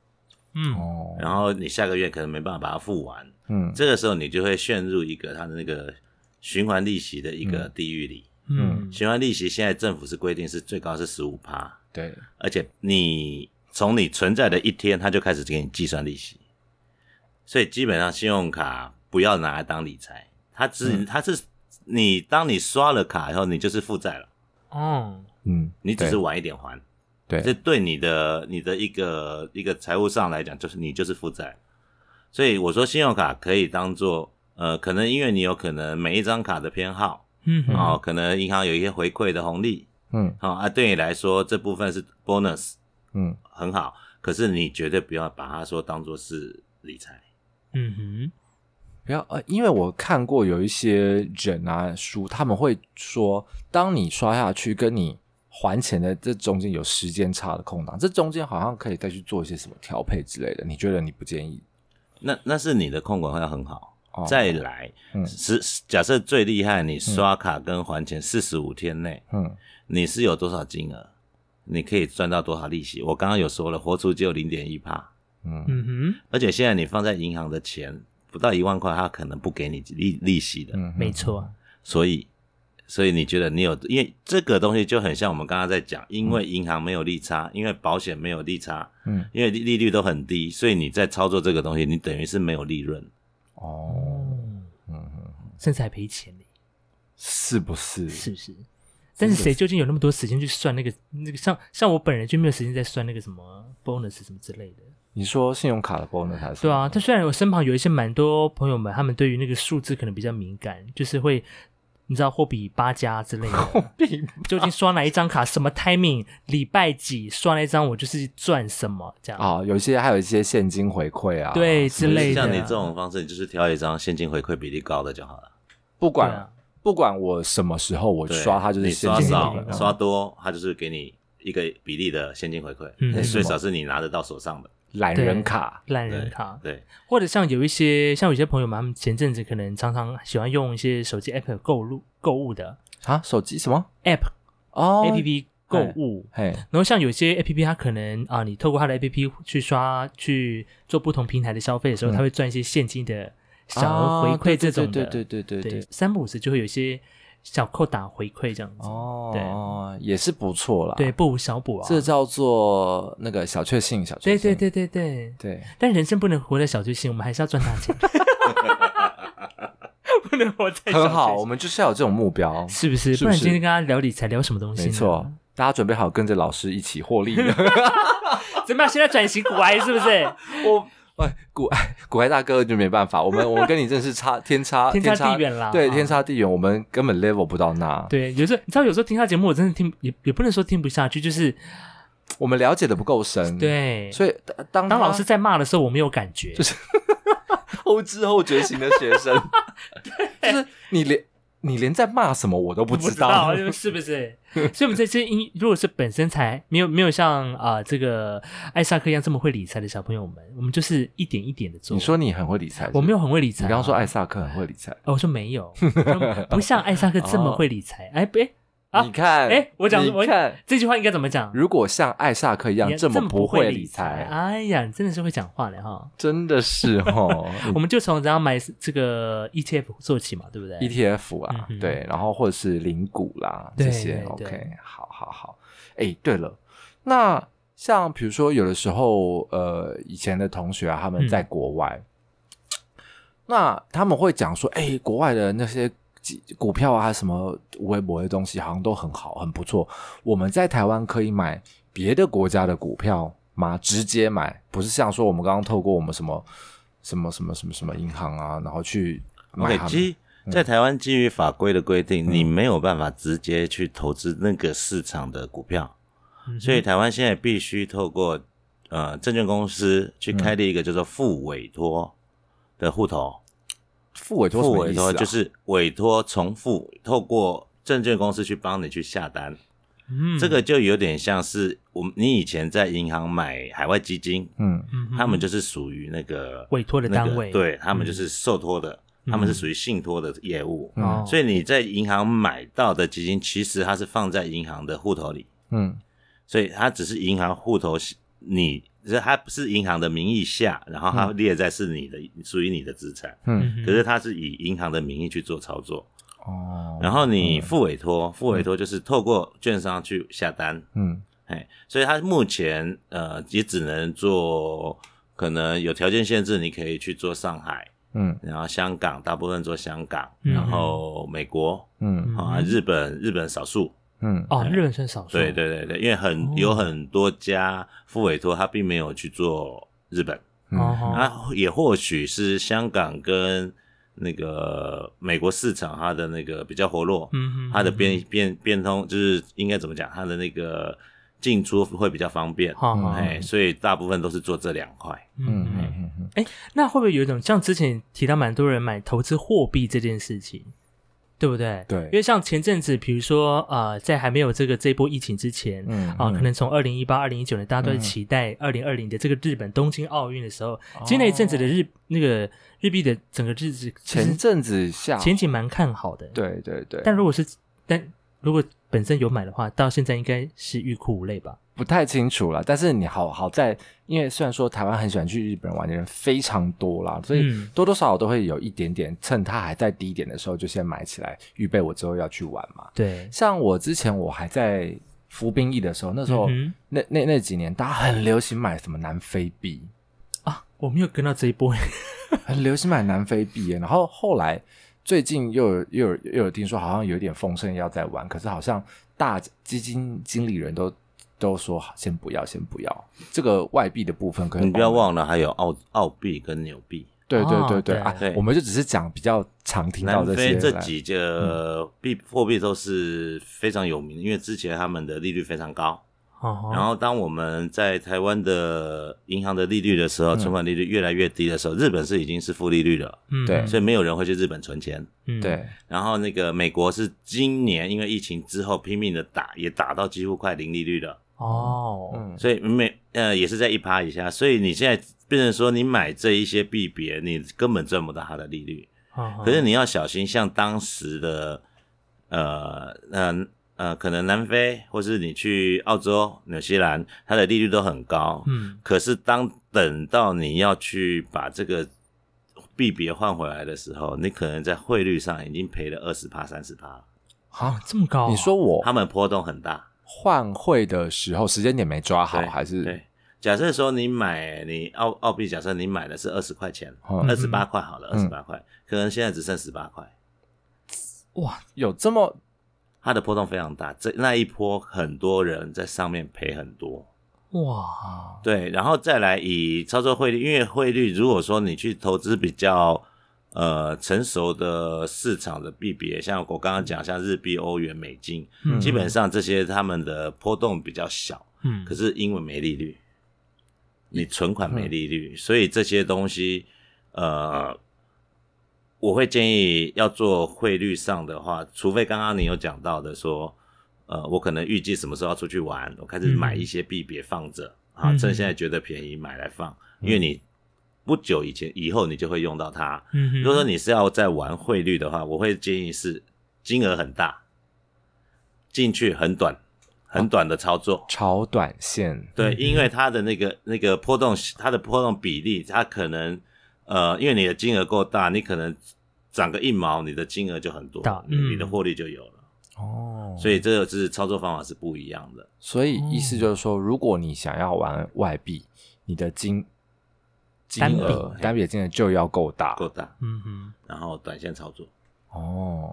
[SPEAKER 1] 嗯，
[SPEAKER 2] 哦，
[SPEAKER 3] 然后你下个月可能没办法把它付完，
[SPEAKER 2] 嗯，
[SPEAKER 3] 这个时候你就会陷入一个它的那个循环利息的一个地狱里。
[SPEAKER 1] 嗯，
[SPEAKER 3] 循环利息现在政府是规定是最高是十五趴，
[SPEAKER 2] 对，
[SPEAKER 3] 而且你从你存在的一天，它就开始给你计算利息。所以基本上信用卡不要拿来当理财，它只、
[SPEAKER 2] 嗯
[SPEAKER 3] 它是你当你刷了卡以后，你就是负债了，
[SPEAKER 1] 哦，
[SPEAKER 2] 嗯，
[SPEAKER 3] 你只
[SPEAKER 2] 对
[SPEAKER 3] 是晚一点还。
[SPEAKER 2] 对
[SPEAKER 3] 这对你的你的一个一个财务上来讲，就是你就是负债。所以我说信用卡可以当做呃，可能因为你有可能每一张卡的偏好，
[SPEAKER 1] 嗯哼，
[SPEAKER 3] 哦，可能银行有一些回馈的红利，
[SPEAKER 2] 嗯
[SPEAKER 3] 哦啊，对你来说这部分是 bonus
[SPEAKER 2] 嗯，
[SPEAKER 3] 很好，可是你绝对不要把它说当做是理财。
[SPEAKER 1] 嗯哼，
[SPEAKER 2] 不要呃，因为我看过有一些人啊书，他们会说，当你刷下去跟你还钱的这中间有时间差的空档，这中间好像可以再去做一些什么调配之类的。你觉得你不建议？
[SPEAKER 3] 那那是你的控管会要很好。
[SPEAKER 2] 哦
[SPEAKER 3] 再来
[SPEAKER 2] 嗯，
[SPEAKER 3] 十假设最厉害，你刷卡跟还钱四十五天内，
[SPEAKER 2] 嗯
[SPEAKER 3] 你是有多少金额，你可以赚到多少利息？我刚刚有说了，活出只有零点一帕，
[SPEAKER 2] 嗯
[SPEAKER 1] 嗯哼，
[SPEAKER 3] 而且现在你放在银行的钱不到一万块，他可能不给你利利息的。
[SPEAKER 2] 嗯，
[SPEAKER 1] 没错，啊
[SPEAKER 3] 所以，所以你觉得你有？因为这个东西就很像我们刚刚在讲，因为银行没有利差，因为保险没有利差，
[SPEAKER 2] 嗯
[SPEAKER 3] 因为利利率都很低，所以你在操作这个东西，你等于是没有利润。
[SPEAKER 2] 哦，嗯，
[SPEAKER 1] 甚至还赔钱呢，
[SPEAKER 2] 是不是？
[SPEAKER 1] 是不是？但是谁究竟有那么多时间去算那个那个？像像我本人就没有时间在算那个什么 bonus 什么之类的。
[SPEAKER 2] 你说信用卡的 bonus 还是？
[SPEAKER 1] 对
[SPEAKER 2] [LAUGHS]
[SPEAKER 1] 啊，但虽然我身旁有一些蛮多朋友们，他们对于那个数字可能比较敏感，就是会你知道货比八家之类
[SPEAKER 3] [LAUGHS]
[SPEAKER 1] 的，
[SPEAKER 2] 并
[SPEAKER 1] 究竟刷哪一张卡，什么 timing，礼拜几刷那一张，我就是赚什么这
[SPEAKER 3] 哦
[SPEAKER 1] 样。
[SPEAKER 2] 啊，有一些还有一些现金回馈啊，
[SPEAKER 1] 对之类的
[SPEAKER 3] 像你这种方式，你就是挑一张现金回馈比例高的就好了。
[SPEAKER 2] 不
[SPEAKER 1] 对
[SPEAKER 2] 管、
[SPEAKER 1] 啊，
[SPEAKER 2] 不管我什么时候我
[SPEAKER 3] 对
[SPEAKER 2] 刷，它就是
[SPEAKER 3] 你
[SPEAKER 2] 现
[SPEAKER 3] 刷
[SPEAKER 2] 金
[SPEAKER 1] 金
[SPEAKER 2] 回
[SPEAKER 1] 回
[SPEAKER 3] 少
[SPEAKER 2] 馈啊
[SPEAKER 1] 馈
[SPEAKER 3] 刷多，它就是给你一个比例的现金回馈，
[SPEAKER 1] 嗯
[SPEAKER 3] 那
[SPEAKER 1] 没
[SPEAKER 3] 最
[SPEAKER 2] 错
[SPEAKER 3] 少是你拿得到手上的。
[SPEAKER 2] 懒人卡，
[SPEAKER 1] 烂
[SPEAKER 3] 对
[SPEAKER 1] 人卡，
[SPEAKER 3] 对，
[SPEAKER 1] 或者像有一些像有些朋友们，他们前阵子可能常常喜欢用一些手机 app 购入购物的
[SPEAKER 2] 啊，手机什么
[SPEAKER 1] app
[SPEAKER 2] 哦
[SPEAKER 1] app 购物，
[SPEAKER 2] 嘿，
[SPEAKER 1] 然后像有些 A P P，它可能啊、你透过它的 A P P 去刷去做不同平台的消费的时候，
[SPEAKER 2] 嗯
[SPEAKER 1] 它会赚一些现金的小额回
[SPEAKER 2] 啊
[SPEAKER 1] 馈
[SPEAKER 2] 对
[SPEAKER 1] 这种的，
[SPEAKER 2] 对对对对对
[SPEAKER 1] 对
[SPEAKER 2] 对，
[SPEAKER 1] 三不五时就会有一些小扣打回馈这样子，对
[SPEAKER 2] 哦，也是不错啦，
[SPEAKER 1] 对，，不无小补啊，
[SPEAKER 2] 这叫做那个小确幸，小确
[SPEAKER 1] 对
[SPEAKER 2] 幸，
[SPEAKER 1] 对对对对。
[SPEAKER 2] 对，
[SPEAKER 1] 但人生不能活在小确幸，我们还是要赚大
[SPEAKER 2] [LAUGHS]
[SPEAKER 1] 钱，不能活在小
[SPEAKER 2] 很好，
[SPEAKER 1] 确
[SPEAKER 2] 我
[SPEAKER 1] 幸，
[SPEAKER 2] 们就是要有这种目标，
[SPEAKER 1] 是不是？
[SPEAKER 2] 是
[SPEAKER 1] 不
[SPEAKER 2] 不
[SPEAKER 1] 然
[SPEAKER 2] 是
[SPEAKER 1] 今天跟他聊理财聊什么东西？
[SPEAKER 2] 没错，，大家准备好跟着老师一起
[SPEAKER 1] [LAUGHS]
[SPEAKER 2] 获利。
[SPEAKER 1] 怎么样？现在转型股癌是不是？
[SPEAKER 2] 我哎，古哎古埃大哥就没办
[SPEAKER 1] [LAUGHS]
[SPEAKER 2] 法，我们我们跟你真是差天差
[SPEAKER 1] 天差地远啦
[SPEAKER 2] 对，
[SPEAKER 1] 啊
[SPEAKER 2] 天差地远，我们根本 level 不到那，
[SPEAKER 1] 对，有时候你知道，有时候听他节目，我真的听也也不能说听不下去，就是
[SPEAKER 2] 我们了解的不够深，，
[SPEAKER 1] 对，
[SPEAKER 2] 嗯所以当当
[SPEAKER 1] 当
[SPEAKER 2] 他
[SPEAKER 1] 老师在骂的时候，我没有感觉，
[SPEAKER 2] 就是后知后觉型的学
[SPEAKER 1] [LAUGHS]
[SPEAKER 2] 生，就是你连你连在骂什么我都不
[SPEAKER 1] 不
[SPEAKER 2] 知
[SPEAKER 1] 知道是不
[SPEAKER 2] [LAUGHS]
[SPEAKER 1] 是？所以我们这些音，如果是本身才没有没有像啊、这个艾萨克一样这么会理财的小朋友们，我们就是一点一点的做。
[SPEAKER 2] 你说你很会理财，
[SPEAKER 1] 我没
[SPEAKER 2] 有，
[SPEAKER 1] 有很会理财、啊
[SPEAKER 2] 你刚刚说艾、萨克很会理财，
[SPEAKER 1] 哦，我说没有，我说不像艾萨克这
[SPEAKER 2] 哦
[SPEAKER 1] 么会理财。哎，别啊
[SPEAKER 2] 你看，
[SPEAKER 1] 哎我讲我
[SPEAKER 2] 你看，
[SPEAKER 1] 这句话应该怎么讲？
[SPEAKER 2] 如果像艾萨克一样
[SPEAKER 1] 你
[SPEAKER 2] 这么不会理
[SPEAKER 1] 理
[SPEAKER 2] 财，
[SPEAKER 1] 哎呀，你真的是会讲话的哈。
[SPEAKER 2] 真的是哦。
[SPEAKER 1] 我们就从这样买这个 ETF 做起嘛，对不对
[SPEAKER 2] ETF 啊，
[SPEAKER 1] 嗯哼
[SPEAKER 2] 对，然后或者是零股啦
[SPEAKER 1] 对
[SPEAKER 2] 这些
[SPEAKER 1] 对
[SPEAKER 2] ，OK，
[SPEAKER 1] 对
[SPEAKER 2] 好好好。哎，对了，那像比如说有的时候，呃，以前的同学啊，他们
[SPEAKER 1] 嗯
[SPEAKER 2] 在国外，那他们会讲说，哎，国外的那些几股票啊，什么微博的东西，好像都很好，很不错。我们在台湾可以买别的国家的股票吗？直接买，不是像说我们刚刚透过我们什么什么什么什么什么银行啊，然后去买嗯
[SPEAKER 3] OK，
[SPEAKER 2] 他们。
[SPEAKER 3] 基在台湾基于法规的规定，你没有办法直接去投资那个市场的股票，
[SPEAKER 1] 嗯
[SPEAKER 3] 所以台湾现在必须透过呃证券公司去开
[SPEAKER 2] 嗯
[SPEAKER 3] 立一个叫做副委托的户头，
[SPEAKER 2] 副委托什
[SPEAKER 3] 副
[SPEAKER 2] 么
[SPEAKER 3] 委
[SPEAKER 2] 意思
[SPEAKER 3] 托
[SPEAKER 2] 啊？
[SPEAKER 3] 就是委托重复透过证券公司去帮你去下单，
[SPEAKER 1] 嗯
[SPEAKER 3] 这个就有点像是我们你以前在银行买海外基金，
[SPEAKER 2] 嗯
[SPEAKER 1] 嗯哼
[SPEAKER 3] 他们就是属于那个
[SPEAKER 1] 委托的
[SPEAKER 3] 那个
[SPEAKER 1] 单位嗯
[SPEAKER 3] 对他们就是受托的，他们是属于信托的业务，
[SPEAKER 1] 哦
[SPEAKER 3] 所以你在银行买到的基金，其实它是放在银行的户头里，
[SPEAKER 2] 嗯
[SPEAKER 3] 所以它只是银行户头你。它不是银行的名义下，然后它列在是你的属于你的资产，
[SPEAKER 2] 嗯
[SPEAKER 1] 嗯
[SPEAKER 3] 可是它是以银行的名义去做操作。
[SPEAKER 2] 哦，
[SPEAKER 3] 然后你付委
[SPEAKER 1] 嗯
[SPEAKER 3] 托，付委托就是透过券商去下单，
[SPEAKER 2] 嗯
[SPEAKER 3] 哎，所以它目前呃也只能做，可能有条件限制，你可以去做上海，
[SPEAKER 2] 嗯
[SPEAKER 3] 然后香港大部分做香港，
[SPEAKER 1] 嗯
[SPEAKER 3] 然后美国
[SPEAKER 2] 嗯
[SPEAKER 1] 嗯
[SPEAKER 3] 啊、日本日本少数，
[SPEAKER 2] 嗯
[SPEAKER 1] 哦，日本算少数，
[SPEAKER 3] 对对对对，因为很、
[SPEAKER 1] 哦
[SPEAKER 3] 有很多家付委托，他并没有去做日本，
[SPEAKER 2] 嗯
[SPEAKER 3] 啊
[SPEAKER 1] 哦，
[SPEAKER 3] 啊，也或许是香港跟那个美国市场它的那个比较活络，
[SPEAKER 1] 嗯哼，
[SPEAKER 3] 它的变变变通就是应该怎么讲，它的那个进出会比较方便，
[SPEAKER 1] 好好，好
[SPEAKER 3] 哎，所以大部分都是做这两块。
[SPEAKER 1] 嗯
[SPEAKER 2] 嗯
[SPEAKER 1] 嗯。
[SPEAKER 2] 嗯嗯嗯，
[SPEAKER 1] 那会不会有一种像之前提到蛮多人买投资货币这件事情，对不对？
[SPEAKER 2] 对
[SPEAKER 1] 因为像前阵子，比如说呃，在还没有这个这波疫情之前，
[SPEAKER 2] 嗯
[SPEAKER 1] 啊，
[SPEAKER 2] 嗯
[SPEAKER 1] 可能从二零一八、二零一九年，大家都在期待二零二零的这个日本东京奥运的时候，
[SPEAKER 2] 哦
[SPEAKER 1] 其实那一阵子的日那个日币的整个日子其实
[SPEAKER 2] 前阵子下，
[SPEAKER 1] 前景蛮看好的，。
[SPEAKER 2] 对对对，
[SPEAKER 1] 但如果是但如果本身有买的话，到现在应该是欲哭无泪吧？
[SPEAKER 2] 不太清楚啦，但是你好好在，因为虽然说台湾很喜欢去日本玩的人非常多啦，所以
[SPEAKER 1] 嗯
[SPEAKER 2] 多多少少都会有一点点，趁它还在低点的时候就先买起来，预备我之后要去玩嘛。
[SPEAKER 1] 对，
[SPEAKER 2] 像我之前我还在服兵役的时候，那时候、
[SPEAKER 1] 嗯哼
[SPEAKER 2] 那那那几年大家很流行买什么南非币，
[SPEAKER 1] 啊，我没有跟到这一波， [LAUGHS] 啊
[SPEAKER 2] 很流行买南非币耶，然后后来最近又有又有又有听说好像有点风声要再玩，可是好像大基金经理人都都说先不要，先不要这个外币的部分可能
[SPEAKER 3] 你不要忘了还有澳澳币跟纽币，
[SPEAKER 2] 对对
[SPEAKER 1] 哦
[SPEAKER 2] 对对、
[SPEAKER 1] 对
[SPEAKER 2] 啊
[SPEAKER 3] 对，
[SPEAKER 2] 我们就只是讲比较常听到
[SPEAKER 3] 南
[SPEAKER 2] 这些
[SPEAKER 3] 非这
[SPEAKER 2] 来
[SPEAKER 3] 几个币货币都是非常有名，因为之前他们的利率非常高。
[SPEAKER 1] 哦
[SPEAKER 3] 然后，当我们在台湾的银行的利率的时候，存款利率越来越低的时候，日本是已经是负利率了，
[SPEAKER 1] 嗯
[SPEAKER 2] 对
[SPEAKER 3] 所以没有人会去日本存钱。
[SPEAKER 1] 嗯
[SPEAKER 2] 对
[SPEAKER 3] 然后那个美国是今年因为疫情之后拼命的打，也打到几乎快零利率了，
[SPEAKER 1] 哦，
[SPEAKER 2] 嗯
[SPEAKER 3] 所以美呃也是在一趴以下，所以你现在变成说你买这一些币别，你根本赚不到它的利率。
[SPEAKER 1] 可
[SPEAKER 3] 可是你要小心，像当时的呃呃呃，可能南非或是你去澳洲、纽西兰，它的利率都很高。
[SPEAKER 1] 嗯
[SPEAKER 3] 可是当等到你要去把这个币别换回来的时候，你可能在汇率上已经赔了二十趴、三十趴，
[SPEAKER 2] 啊，
[SPEAKER 1] 这么高啊、
[SPEAKER 2] 你说我
[SPEAKER 3] 他们波动很大。
[SPEAKER 2] 换汇的时候时间点没抓好，
[SPEAKER 3] 对
[SPEAKER 2] 还是
[SPEAKER 3] 对，假设说你买你澳澳币，假设你买的是二十块钱，
[SPEAKER 2] 嗯
[SPEAKER 3] 二十八块好了，二
[SPEAKER 2] 嗯
[SPEAKER 3] 十八块，可能现在只剩十八块。
[SPEAKER 2] 哇有这么
[SPEAKER 3] 它的波动非常大，这那一波很多人在上面赔很多，
[SPEAKER 1] 哇，
[SPEAKER 2] 啊？
[SPEAKER 3] 对，然后再来以操作汇率，因为汇率如果说你去投资比较呃成熟的市场的币别，像我刚刚讲，像日币、欧元、美金，
[SPEAKER 1] 嗯
[SPEAKER 3] 基本上这些他们的波动比较小，
[SPEAKER 1] 嗯，
[SPEAKER 3] 可是因为没利率，你存款没利
[SPEAKER 1] 嗯
[SPEAKER 3] 率，所以这些东西，呃，我会建议要做汇率上的话，除非刚刚你有讲到的说，呃，我可能预计什么时候要出去玩，我开始买一些币别放着、啊，
[SPEAKER 1] 嗯
[SPEAKER 3] 趁现在觉得便宜买来放，因为你不久以前以后你就会用到它。
[SPEAKER 1] 嗯哼，
[SPEAKER 3] 如果说你是要在玩汇率的话，我会建议是金额很大，进去很短，
[SPEAKER 1] 哦
[SPEAKER 3] 很短的操作。
[SPEAKER 2] 超短线
[SPEAKER 3] 对，因为它的那个那个波动，它的波动比例，它可能呃，因为你的金额够大，你可能涨个一毛，你的金额就很多
[SPEAKER 1] 大，
[SPEAKER 3] 你
[SPEAKER 1] 嗯
[SPEAKER 3] 你的获利就有了。
[SPEAKER 2] 哦，
[SPEAKER 3] 所以这个是操作方法是不一样的。
[SPEAKER 2] 所以意
[SPEAKER 1] 哦
[SPEAKER 2] 思就是说，如果你想要玩外币，你的金金
[SPEAKER 1] 单笔
[SPEAKER 2] 额单笔的金额就要够大
[SPEAKER 3] 够大，
[SPEAKER 1] 嗯哼，
[SPEAKER 3] 然后短线操作，
[SPEAKER 2] 哦。
[SPEAKER 1] 哦，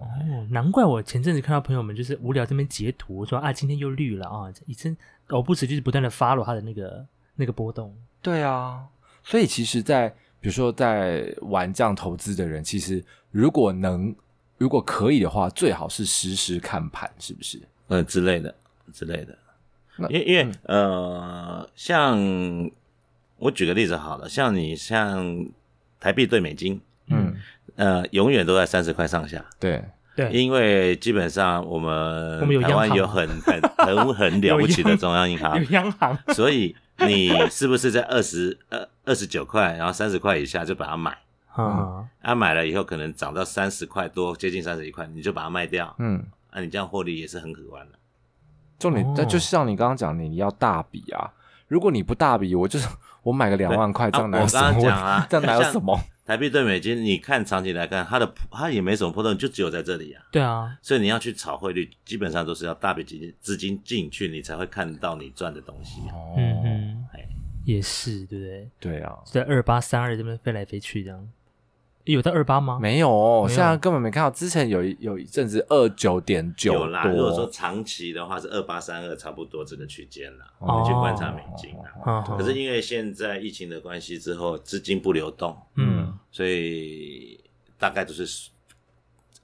[SPEAKER 1] 难怪我前阵子看到朋友们就是无聊这边截图说啊，今天又绿了啊，一阵我不时就是不断的 follow 它的那个那个波动，
[SPEAKER 2] 对啊，所以其实在，比如说在玩这样投资的人，其实如果能如果可以的话，最好是实时看盘，是不
[SPEAKER 1] 嗯
[SPEAKER 2] 是？
[SPEAKER 3] 呃之类的之类的。
[SPEAKER 2] 那
[SPEAKER 3] 因为因为、呃，像我举个例子好了，像你像台币对美金，
[SPEAKER 2] 嗯，
[SPEAKER 3] 呃，永远都在三十块上下。
[SPEAKER 2] 对，
[SPEAKER 1] 对，
[SPEAKER 3] 因为基本上我
[SPEAKER 1] 我们有
[SPEAKER 3] 们
[SPEAKER 1] 央
[SPEAKER 3] 台湾
[SPEAKER 1] 行
[SPEAKER 3] 有
[SPEAKER 1] 吗
[SPEAKER 3] 很很很
[SPEAKER 1] [LAUGHS]
[SPEAKER 3] 很了不起的中央银行
[SPEAKER 1] 有，央行，
[SPEAKER 3] [LAUGHS] 所以你是不是在二十呃二十九块，然后三十块以下就把它买？
[SPEAKER 1] 啊，
[SPEAKER 3] 啊，买了以后可能涨到三十块多，接近三十一块，你就把它卖掉。
[SPEAKER 2] 嗯，
[SPEAKER 3] 啊，你这样获利也是很可观的。
[SPEAKER 2] 重点
[SPEAKER 1] 哦，
[SPEAKER 2] 那、就是像你刚刚讲，你你要大笔啊。如果你不大笔，我就是我买个两万块，这样
[SPEAKER 3] 对
[SPEAKER 2] 哪有
[SPEAKER 3] 啊
[SPEAKER 2] 什么
[SPEAKER 3] 我
[SPEAKER 2] 问题？
[SPEAKER 3] 刚刚讲啊
[SPEAKER 2] 这样哪有什么？
[SPEAKER 3] 台币对美金，你看长期来看，它的它也没什么波动，就只有在这里啊。
[SPEAKER 1] 对啊，
[SPEAKER 3] 所以你要去炒汇率，基本上都是要大笔资金资金进去，你才会看到你赚的东西。啊
[SPEAKER 2] 哦
[SPEAKER 1] 嗯哼
[SPEAKER 3] 哎，
[SPEAKER 1] 也是，对不对？
[SPEAKER 2] 对啊，
[SPEAKER 1] 在二八三二这边飞来飞去这样，有到二八吗？
[SPEAKER 2] 没有哦，现在根本没看到。之前有一有一阵子二九点九
[SPEAKER 3] 有啦，如果说
[SPEAKER 2] 多，
[SPEAKER 3] 长期的话是二八三二，差不多这个区间啦。
[SPEAKER 1] 哦
[SPEAKER 3] 你去观察美金啦。
[SPEAKER 1] 啊，
[SPEAKER 2] 哦
[SPEAKER 3] 可是因为现在疫情的关系之后，资金不流动，
[SPEAKER 1] 嗯
[SPEAKER 3] 所以大概就是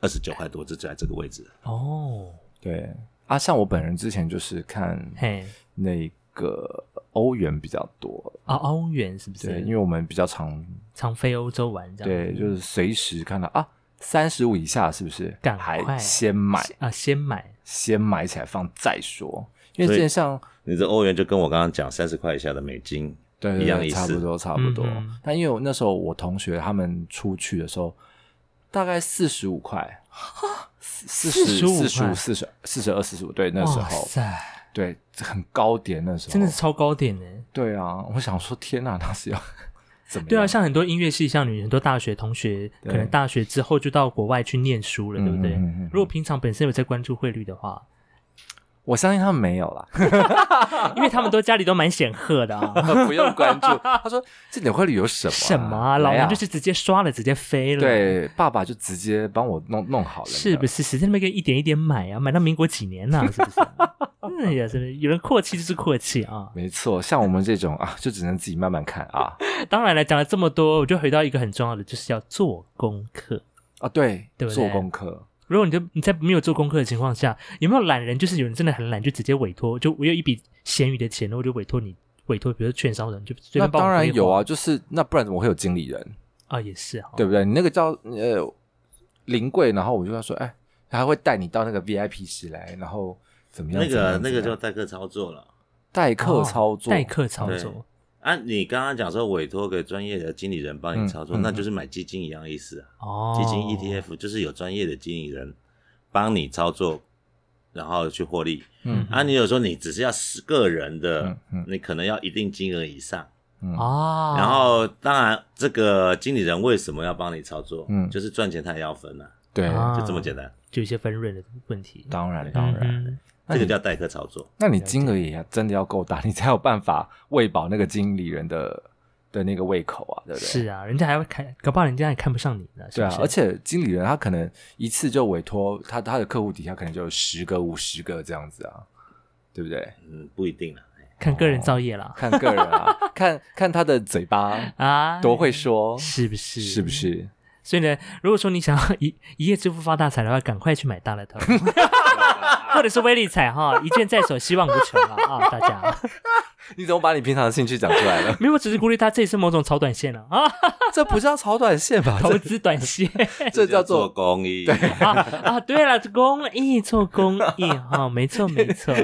[SPEAKER 3] 二十九块多，就在这个位置。
[SPEAKER 1] 哦，
[SPEAKER 2] 对啊，像我本人之前就是看
[SPEAKER 1] 嘿，
[SPEAKER 2] 那个欧元比较多，
[SPEAKER 1] 啊，欧元是不
[SPEAKER 2] 对，
[SPEAKER 1] 是？
[SPEAKER 2] 因为我们比较常
[SPEAKER 1] 常飞欧洲玩这样。
[SPEAKER 2] 对，就是随时看到啊，三十五以下是不是？
[SPEAKER 1] 赶快
[SPEAKER 2] 还先买，
[SPEAKER 1] 啊，先买
[SPEAKER 2] 先买起来放再说，因为
[SPEAKER 3] 所以
[SPEAKER 2] 之前像
[SPEAKER 3] 你这欧元就跟我刚刚讲三十块以下的美金
[SPEAKER 2] 对对
[SPEAKER 3] 一样
[SPEAKER 2] 对
[SPEAKER 3] 意
[SPEAKER 2] 差
[SPEAKER 3] 思
[SPEAKER 2] 不多差不多。
[SPEAKER 1] 嗯哼
[SPEAKER 2] 但因为我那时候我同学他们出去的时候，大概四十
[SPEAKER 1] [LAUGHS]
[SPEAKER 2] 五块，四十
[SPEAKER 1] 45
[SPEAKER 2] 四十
[SPEAKER 1] 块
[SPEAKER 2] 五、四十四十二、四十五，对，那时
[SPEAKER 1] 哇
[SPEAKER 2] 候哦
[SPEAKER 1] 塞，
[SPEAKER 2] 对很高点那时候，
[SPEAKER 1] 真的是超高点呢。
[SPEAKER 2] 对啊，我想说天哪，那是要 [LAUGHS] 怎么样？
[SPEAKER 1] 对啊，像很多音乐系，像你很多大学同学，
[SPEAKER 2] 对
[SPEAKER 1] 可能大学之后就到国外去念书了，对不对
[SPEAKER 2] 嗯嗯嗯嗯？
[SPEAKER 1] 如果平常本身有在关注汇率的话， [LAUGHS]
[SPEAKER 2] 我相信他们没有啦，
[SPEAKER 1] 因为他们都家里都蛮显赫的啊。
[SPEAKER 2] 不用
[SPEAKER 1] [LAUGHS]
[SPEAKER 2] 关注。他说这纽汇里有 [LAUGHS] 什么、啊？
[SPEAKER 1] 什么啊？老
[SPEAKER 2] 来啊
[SPEAKER 1] 娘就是直接刷了，直接飞了。，
[SPEAKER 2] 对爸爸就直接帮我弄弄好了，
[SPEAKER 1] 是不是？
[SPEAKER 2] 是？
[SPEAKER 1] 谁在那边给一点一点买啊？买到民国几年呐、是不
[SPEAKER 2] [LAUGHS]
[SPEAKER 1] 是？哎呀，是不是？有人阔气就是阔气啊！
[SPEAKER 2] 没错，像我们这种啊，就只能自己慢慢看啊
[SPEAKER 1] 当然了，讲了这么多，我就回到一个很重要的，就是要做功课。
[SPEAKER 2] 啊，对，
[SPEAKER 1] 对不对
[SPEAKER 2] 做功课，
[SPEAKER 1] 如果你就你在没有做功课的情况下，有没有懒人？就是有人真的很懒，就直接委托，就我有一笔闲余的钱，我就委托你，委托比如说券商人，就随
[SPEAKER 2] 那
[SPEAKER 1] 便帮我
[SPEAKER 2] 当然
[SPEAKER 1] 规划
[SPEAKER 2] 有啊，就是那不然怎么会有经理人，
[SPEAKER 1] 啊，也是哈、
[SPEAKER 2] 对不对？你那个叫呃临柜，然后我就跟他说，哎，他会带你到那个 VIP 室来，然后怎么样？
[SPEAKER 3] 那
[SPEAKER 2] 怎么
[SPEAKER 3] 个
[SPEAKER 2] 样啊
[SPEAKER 3] 那个
[SPEAKER 2] 怎么
[SPEAKER 3] 叫
[SPEAKER 2] 样
[SPEAKER 3] 代客操作了
[SPEAKER 2] 代
[SPEAKER 1] 哦
[SPEAKER 2] 课操作，
[SPEAKER 1] 代课操作
[SPEAKER 3] 对啊！你刚刚讲说委托给专业的经理人帮
[SPEAKER 2] 嗯
[SPEAKER 3] 你操作，
[SPEAKER 2] 嗯
[SPEAKER 3] 那就是买基金一样意思啊。
[SPEAKER 1] 哦，
[SPEAKER 3] 基金 ETF 就是有专业的经理人帮你操作，然后去获利。
[SPEAKER 2] 嗯
[SPEAKER 3] 啊，你有时候你只是要十个人的
[SPEAKER 2] 嗯，嗯
[SPEAKER 3] 你可能要一定金额以上。
[SPEAKER 2] 嗯
[SPEAKER 1] 啊，
[SPEAKER 3] 然后，当然，这个经理人为什么要帮你操作？
[SPEAKER 2] 嗯
[SPEAKER 3] 就是赚钱他也要分啊，
[SPEAKER 2] 对，
[SPEAKER 1] 啊
[SPEAKER 3] 就这么简单。
[SPEAKER 1] 就有一些分润的问题。
[SPEAKER 2] 当然当然。
[SPEAKER 1] 嗯
[SPEAKER 3] 这个叫代客操作。
[SPEAKER 2] 那你金额也要真的要够大，你 [LAUGHS] 才有办法喂饱那个经理人的的那个胃口啊，对不对？
[SPEAKER 1] 是啊，人家还会看，搞不好人家也看不上你呢。是
[SPEAKER 2] 对
[SPEAKER 1] 不
[SPEAKER 2] 啊
[SPEAKER 1] 是，
[SPEAKER 2] 而且经理人他可能一次就委托他他的客户底下可能就有十个、五十个这样子啊，对不对？
[SPEAKER 3] 嗯，不一
[SPEAKER 1] [LAUGHS]
[SPEAKER 3] 定啊。
[SPEAKER 1] 看个人造业啦、
[SPEAKER 2] 看个人啊，看 [LAUGHS] 看他的嘴巴
[SPEAKER 1] 啊，
[SPEAKER 2] 多会说，
[SPEAKER 1] 是不是？
[SPEAKER 2] 是不？是？
[SPEAKER 1] 所以呢，如果说你想要一一夜致富发大财的话，赶快去买大乐
[SPEAKER 2] [LAUGHS]
[SPEAKER 1] 透，或者是威力彩哈，一卷在手，希望无穷啊啊！大家
[SPEAKER 2] 你怎么把你平常的兴趣讲出来 [LAUGHS] 了？
[SPEAKER 1] 没有，我只是鼓励他，这也是某种炒短线了
[SPEAKER 2] [LAUGHS]
[SPEAKER 1] 啊，
[SPEAKER 2] 这不叫炒短线 [LAUGHS] 吧？
[SPEAKER 1] 投资短线
[SPEAKER 2] 这这叫
[SPEAKER 3] 做
[SPEAKER 2] 做
[SPEAKER 3] 公益。
[SPEAKER 1] 啊啊！对了，公益做公益哈、没错没
[SPEAKER 2] [LAUGHS]
[SPEAKER 1] 错。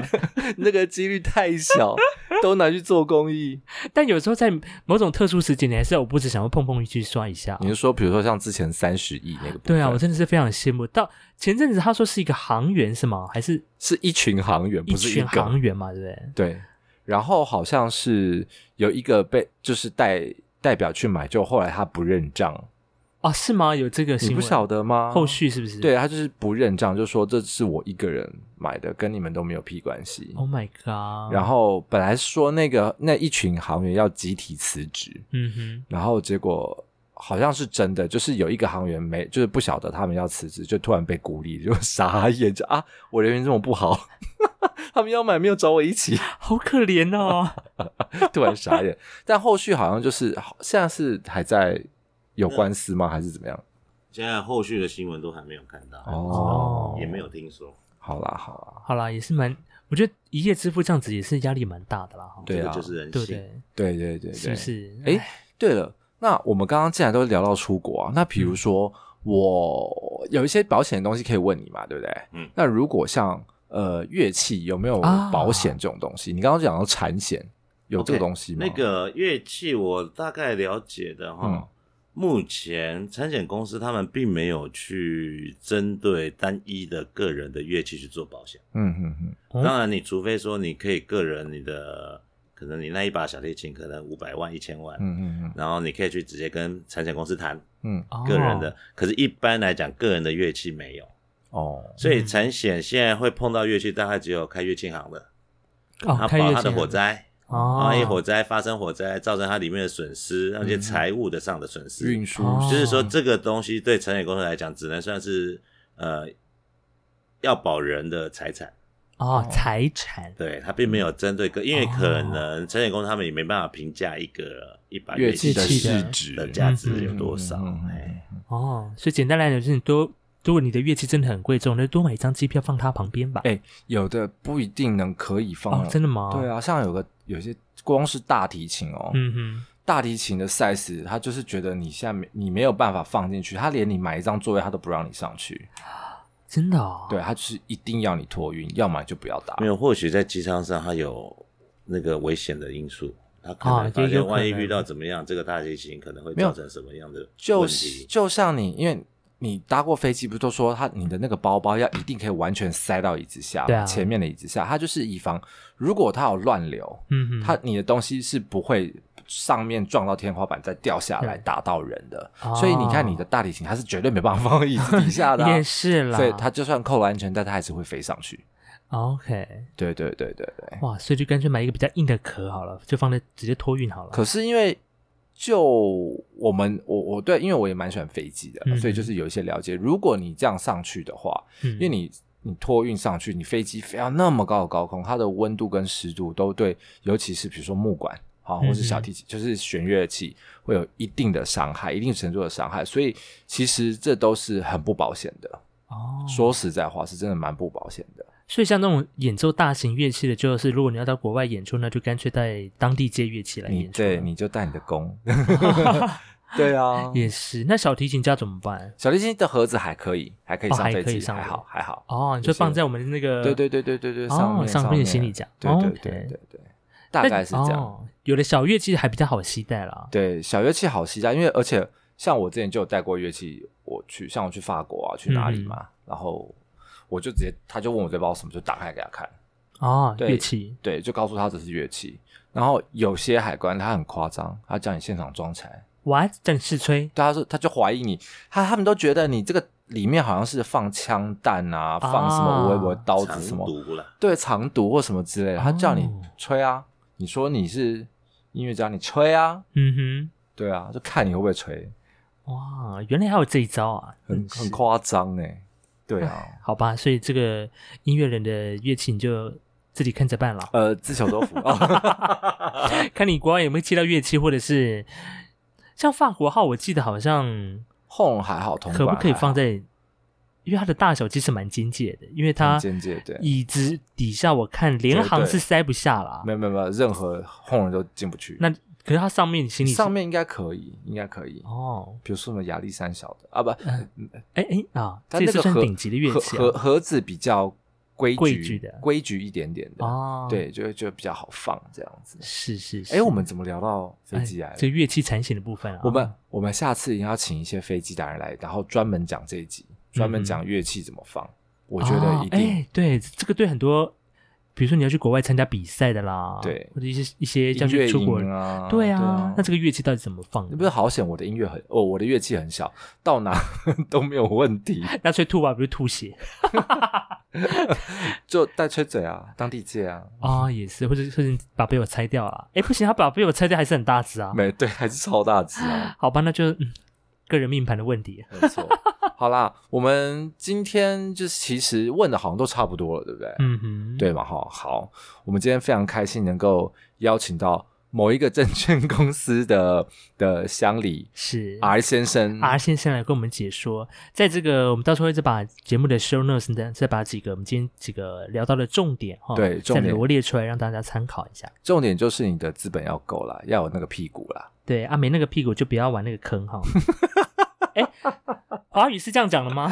[SPEAKER 2] 那个几率太小，都拿去做公益。
[SPEAKER 1] 但有时候在某种特殊时节，你还是要我不止想要碰碰运气刷一下啊
[SPEAKER 2] [LAUGHS] 你。是说，比如说像之前三十亿那个部分？
[SPEAKER 1] 对啊，我真的是非常羡慕。到前阵子他说是一个航员是吗？还是
[SPEAKER 2] 是一群航员，
[SPEAKER 1] 一
[SPEAKER 2] 不是一
[SPEAKER 1] 群
[SPEAKER 2] 个
[SPEAKER 1] 航员嘛？对不对？
[SPEAKER 2] 对，然后好像是有一个被就是代代表去买，就后来他不认账，
[SPEAKER 1] 哦，是吗？有这个新
[SPEAKER 2] 你
[SPEAKER 1] 闻？
[SPEAKER 2] 不晓得吗？
[SPEAKER 1] 后续是不是？
[SPEAKER 2] 对他就是不认账，就说这是我一个人买的，跟你们都没有屁关系。
[SPEAKER 1] ，Oh my god！
[SPEAKER 2] 嗯然，后本来说那个那一群航员要集体辞职，
[SPEAKER 1] 嗯哼，
[SPEAKER 2] 然后结果好像是真的，就是有一个航员没就是不晓得他们要辞职，就突然被孤立，就傻眼，就啊我人缘这么不好， [LAUGHS] 他们要买没有找我一起。 [LAUGHS]
[SPEAKER 1] 好可怜哦。
[SPEAKER 2] 突然傻眼。但后续好像就是好现在是还在有官司吗？还是怎么样？
[SPEAKER 3] [LAUGHS] 现在后续的新闻都还没有看到，
[SPEAKER 1] 哦
[SPEAKER 3] 也没有听说。
[SPEAKER 2] 好啦好
[SPEAKER 1] [LAUGHS]
[SPEAKER 2] 啦，
[SPEAKER 1] 好啦，也是蛮，我觉得一夜致富这样子也是压力蛮大的啦，哈
[SPEAKER 2] 对啊
[SPEAKER 3] 这个就是人
[SPEAKER 1] 对不
[SPEAKER 3] 性。
[SPEAKER 1] 对？
[SPEAKER 2] 对对对对，
[SPEAKER 1] 是不是？
[SPEAKER 2] 哎、对了，那我们刚刚既然都聊到出国啊，那比
[SPEAKER 3] 嗯
[SPEAKER 2] 如说我有一些保险的东西可以问你嘛，对不对？
[SPEAKER 3] 嗯
[SPEAKER 2] 那如果像呃乐器有没有
[SPEAKER 1] 啊
[SPEAKER 2] 保险这种东西？你刚刚讲到产险有这个
[SPEAKER 3] OK，
[SPEAKER 2] 东西吗
[SPEAKER 3] 那个乐器我大概了解的哈，
[SPEAKER 2] 嗯
[SPEAKER 3] 目前产险公司他们并没有去针对单一的个人的乐器去做保险。
[SPEAKER 2] 嗯嗯嗯，
[SPEAKER 1] 哦
[SPEAKER 3] 当然，你除非说你可以个人你的，可能你那一把小提琴可能五百万、一千万，
[SPEAKER 2] 嗯嗯嗯
[SPEAKER 3] 然后你可以去直接跟产险公司谈
[SPEAKER 2] 嗯，
[SPEAKER 1] 哦
[SPEAKER 3] 个人的。可是，一般来讲，个人的乐器没有，
[SPEAKER 2] 哦，
[SPEAKER 3] 所
[SPEAKER 1] 嗯
[SPEAKER 3] 以产险现在会碰到乐器，大概只有开乐器行的，
[SPEAKER 1] 哦，
[SPEAKER 3] 他
[SPEAKER 1] 开乐
[SPEAKER 3] 保
[SPEAKER 1] 器
[SPEAKER 3] 他的
[SPEAKER 1] 啊
[SPEAKER 3] 火灾。
[SPEAKER 1] 哦，
[SPEAKER 3] 万一火灾发生火灾，造成它里面的损失，那些财务的上的损失，
[SPEAKER 2] 运输
[SPEAKER 1] 哦
[SPEAKER 3] 就是说这个东西对产险公司来讲，只能算是呃要保人的财产，
[SPEAKER 1] 哦，财产
[SPEAKER 3] 对他并没有针对个，因为可能产险公司他们也没办法评价一个一把
[SPEAKER 2] 乐
[SPEAKER 1] 器
[SPEAKER 2] 器
[SPEAKER 1] 的
[SPEAKER 2] 的
[SPEAKER 1] 器
[SPEAKER 2] 市
[SPEAKER 1] 的
[SPEAKER 2] 值
[SPEAKER 3] 的价值
[SPEAKER 1] 嗯
[SPEAKER 3] 有多少
[SPEAKER 2] 嗯嗯嗯？嗯
[SPEAKER 3] 哎，
[SPEAKER 1] 哦，所以简单来讲就是你多，如果你的乐器真的很贵重，那就多买一张机票放它旁边吧。
[SPEAKER 2] 哎有的不一定能可以放
[SPEAKER 1] 哦，
[SPEAKER 2] 了。
[SPEAKER 1] 真的吗？
[SPEAKER 2] 对，啊，像有个有些光是大提琴哦，
[SPEAKER 1] 嗯哼，
[SPEAKER 2] 大提琴的 size，他就是觉得你现在没你没有办法放进去，他连你买一张座位他都不让你上去，
[SPEAKER 1] 真的哦。
[SPEAKER 2] 对，他就是一定要你托运，要么就不要打。
[SPEAKER 3] 没有，或许在机舱上它有那个危险的因素，它可
[SPEAKER 1] 啊
[SPEAKER 3] 能
[SPEAKER 1] 也
[SPEAKER 3] 发
[SPEAKER 1] 有
[SPEAKER 3] 现
[SPEAKER 1] 可
[SPEAKER 3] 万一
[SPEAKER 1] 能
[SPEAKER 3] 遇到怎么样，这个大提琴可能会
[SPEAKER 2] 没有
[SPEAKER 3] 造成什么样的
[SPEAKER 2] 就
[SPEAKER 3] 问
[SPEAKER 2] 是
[SPEAKER 3] 题？
[SPEAKER 2] 就像你，因为你搭过飞机，不是都说他你的那个包包要一定可以完全塞到椅子下，
[SPEAKER 1] 对啊
[SPEAKER 2] 前面的椅子下，他就是以防如果他有乱流，
[SPEAKER 1] 嗯哼，
[SPEAKER 2] 他你的东西是不会上面撞到天花板再掉下来
[SPEAKER 1] 对
[SPEAKER 2] 打到人的，
[SPEAKER 1] 哦
[SPEAKER 2] 所以你看你的大提琴，它是绝对没办法放到椅子底下的
[SPEAKER 1] [LAUGHS]
[SPEAKER 2] 啊、
[SPEAKER 1] 也是啦。
[SPEAKER 2] 所以它就算扣了安全带，它还是会飞上去。
[SPEAKER 1] OK，
[SPEAKER 2] 对对对对对。
[SPEAKER 1] 哇，所以就干脆买一个比较硬的壳好了，就放在直接托运好了。
[SPEAKER 2] 可是因为就我们我我对，因为我也蛮喜欢飞机的，
[SPEAKER 1] 嗯
[SPEAKER 2] 所以就是有一些了解。如果你这样上去的话，
[SPEAKER 1] 嗯
[SPEAKER 2] 因为你你托运上去，你飞机飞到那么高的高空，它的温度跟湿度都对，尤其是比如说木管啊，或是小提琴，就是弦乐器，会有一定的伤害，一定程度的伤害。所以其实这都是很不保险的。
[SPEAKER 1] 哦，
[SPEAKER 2] 说实在话，是真的蛮不保险的。
[SPEAKER 1] 所以像那种演奏大型乐器的，就是如果你要到国外演出，那就干脆在当地借乐器来
[SPEAKER 2] 你
[SPEAKER 1] 演出了。
[SPEAKER 2] 对，你就带你的弓。 [LAUGHS] 对啊，
[SPEAKER 1] 也是。那小提琴家怎么办？
[SPEAKER 2] 小提琴的盒子还可以，还可以
[SPEAKER 1] 哦
[SPEAKER 2] 上
[SPEAKER 1] 还
[SPEAKER 2] 飞
[SPEAKER 1] 可以
[SPEAKER 2] 机，
[SPEAKER 1] 上
[SPEAKER 2] 还
[SPEAKER 1] 飞
[SPEAKER 2] 好还好。
[SPEAKER 1] 哦，你就放在我们那个
[SPEAKER 2] 对对对对对对，
[SPEAKER 1] 哦
[SPEAKER 2] 上面
[SPEAKER 1] 上面
[SPEAKER 2] 面
[SPEAKER 1] 行李架
[SPEAKER 2] 对
[SPEAKER 1] 哦
[SPEAKER 2] 对
[SPEAKER 1] OK
[SPEAKER 2] 对对对，大概是这
[SPEAKER 1] 那
[SPEAKER 2] 样。
[SPEAKER 1] 哦。有的小乐器还比较好携带啦。
[SPEAKER 2] 对，小乐器好携带，因为而且像我之前就有带过乐器，我去像我去法国啊，去哪里
[SPEAKER 1] 嗯
[SPEAKER 2] 嘛，然后我就直接他就问我这包什么，就打开给他看，
[SPEAKER 1] 哦，
[SPEAKER 2] 对
[SPEAKER 1] 乐器
[SPEAKER 2] 对，就告诉他这是乐器。然后有些海关他很夸张，他叫你现场装柴，
[SPEAKER 1] ，what 叫你试吹
[SPEAKER 2] 对，他说他就怀疑你，他他们都觉得你这个里面好像是放枪弹啊，放什么微波刀
[SPEAKER 3] 藏
[SPEAKER 2] 子什么，
[SPEAKER 3] 毒啦，
[SPEAKER 2] 对长毒或什么之类的，他叫你
[SPEAKER 1] 哦
[SPEAKER 2] 吹啊，你说你是音乐家，你吹啊，
[SPEAKER 1] 嗯
[SPEAKER 2] 对啊，就看你会不会吹，
[SPEAKER 1] 哼，哇，原来还有这一招啊，
[SPEAKER 2] 很
[SPEAKER 1] 真是
[SPEAKER 2] 很夸张呢。对啊，
[SPEAKER 1] [LAUGHS] 好吧，所以这个音乐人的乐器你就自己看着办了，
[SPEAKER 2] 呃，自求多
[SPEAKER 1] [LAUGHS]
[SPEAKER 2] 福啊，
[SPEAKER 1] 看你国外有没有接到乐器，或者是像法国号，我记得好像
[SPEAKER 2] 轰还好，铜
[SPEAKER 1] 可不
[SPEAKER 2] 管
[SPEAKER 1] 可以
[SPEAKER 2] 还好
[SPEAKER 1] 放在，因为它的大小其实蛮边界的，因为它
[SPEAKER 2] 很边界对
[SPEAKER 1] 椅子底下我看连行
[SPEAKER 2] 绝
[SPEAKER 1] 是
[SPEAKER 2] 对
[SPEAKER 1] 塞不下啦
[SPEAKER 2] 没。有没有没有，任何轰人都进不去。
[SPEAKER 1] 那可是它上面你行李是
[SPEAKER 2] 上面应该可以，应该可以，
[SPEAKER 1] 哦，
[SPEAKER 2] 比如说什么亚历山小的啊，不，
[SPEAKER 1] 哎哎啊，
[SPEAKER 2] 它
[SPEAKER 1] 这也
[SPEAKER 2] 那
[SPEAKER 1] 是
[SPEAKER 2] 个
[SPEAKER 1] 算
[SPEAKER 2] 盒
[SPEAKER 1] 顶级的乐器
[SPEAKER 2] 盒
[SPEAKER 1] 啊。
[SPEAKER 2] 盒子比较规
[SPEAKER 1] 规矩
[SPEAKER 2] 矩
[SPEAKER 1] 的
[SPEAKER 2] 规矩一点点的，
[SPEAKER 1] 哦，，
[SPEAKER 2] 对，就就比较好放这样子。
[SPEAKER 1] 是是是。
[SPEAKER 2] 哎，我们怎么聊到飞机来
[SPEAKER 1] 哎
[SPEAKER 2] 了
[SPEAKER 1] 这？乐器产险的部分啊，
[SPEAKER 2] 我们我们下次一定要请一些飞机达人来，然后专门讲这一集，专门讲乐器怎么放。我觉得
[SPEAKER 1] 嗯
[SPEAKER 2] 一
[SPEAKER 1] 哎、
[SPEAKER 2] 定、
[SPEAKER 1] 对这个对很多，比如说你要去国外参加比赛的啦，
[SPEAKER 2] 对
[SPEAKER 1] 或者一些一些
[SPEAKER 2] 音
[SPEAKER 1] 要
[SPEAKER 2] 乐
[SPEAKER 1] 去出国，
[SPEAKER 2] 营啊，
[SPEAKER 1] 对啊，
[SPEAKER 2] 啊
[SPEAKER 1] 那这个乐器到底怎么放
[SPEAKER 2] 你？不是好险，我的音乐很哦，我的乐器很小，到哪 [LAUGHS] 都没有问
[SPEAKER 1] [LAUGHS]
[SPEAKER 2] 题，
[SPEAKER 1] 那吹吐吧，不是吐
[SPEAKER 2] [LAUGHS]
[SPEAKER 1] 血
[SPEAKER 2] 就带吹嘴啊，当地借啊，
[SPEAKER 1] 啊、也是，或者或者你把被我拆掉了，哎，不行，他把被我拆掉还是很大只啊，
[SPEAKER 2] 没对，还是超大只
[SPEAKER 1] [LAUGHS]
[SPEAKER 2] 啊，
[SPEAKER 1] 好吧，那就、嗯、个人命盘的问题，
[SPEAKER 2] 没错。好啦，我们今天就是其实问的好像都差不多了，对不对？
[SPEAKER 1] 嗯哼，，
[SPEAKER 2] 对嘛哈，好，我们今天非常开心能够邀请到某一个证券公司的的乡里
[SPEAKER 1] 是
[SPEAKER 2] R 先生
[SPEAKER 1] R 先生来跟我们解说，在这个我们到时候会再把节目的 show notes 呢，再把几个我们今天几个聊到的重点哈，
[SPEAKER 2] 对重
[SPEAKER 1] 再
[SPEAKER 2] 点
[SPEAKER 1] 罗列出来让大家参考一下。
[SPEAKER 2] 重点就是你的资本要够啦，要有那个屁股啦。
[SPEAKER 1] 对，阿、啊、美那个屁股就不要玩那个坑
[SPEAKER 2] [LAUGHS]
[SPEAKER 1] 哈。哎、华语是这样讲的
[SPEAKER 2] [LAUGHS]
[SPEAKER 1] 吗？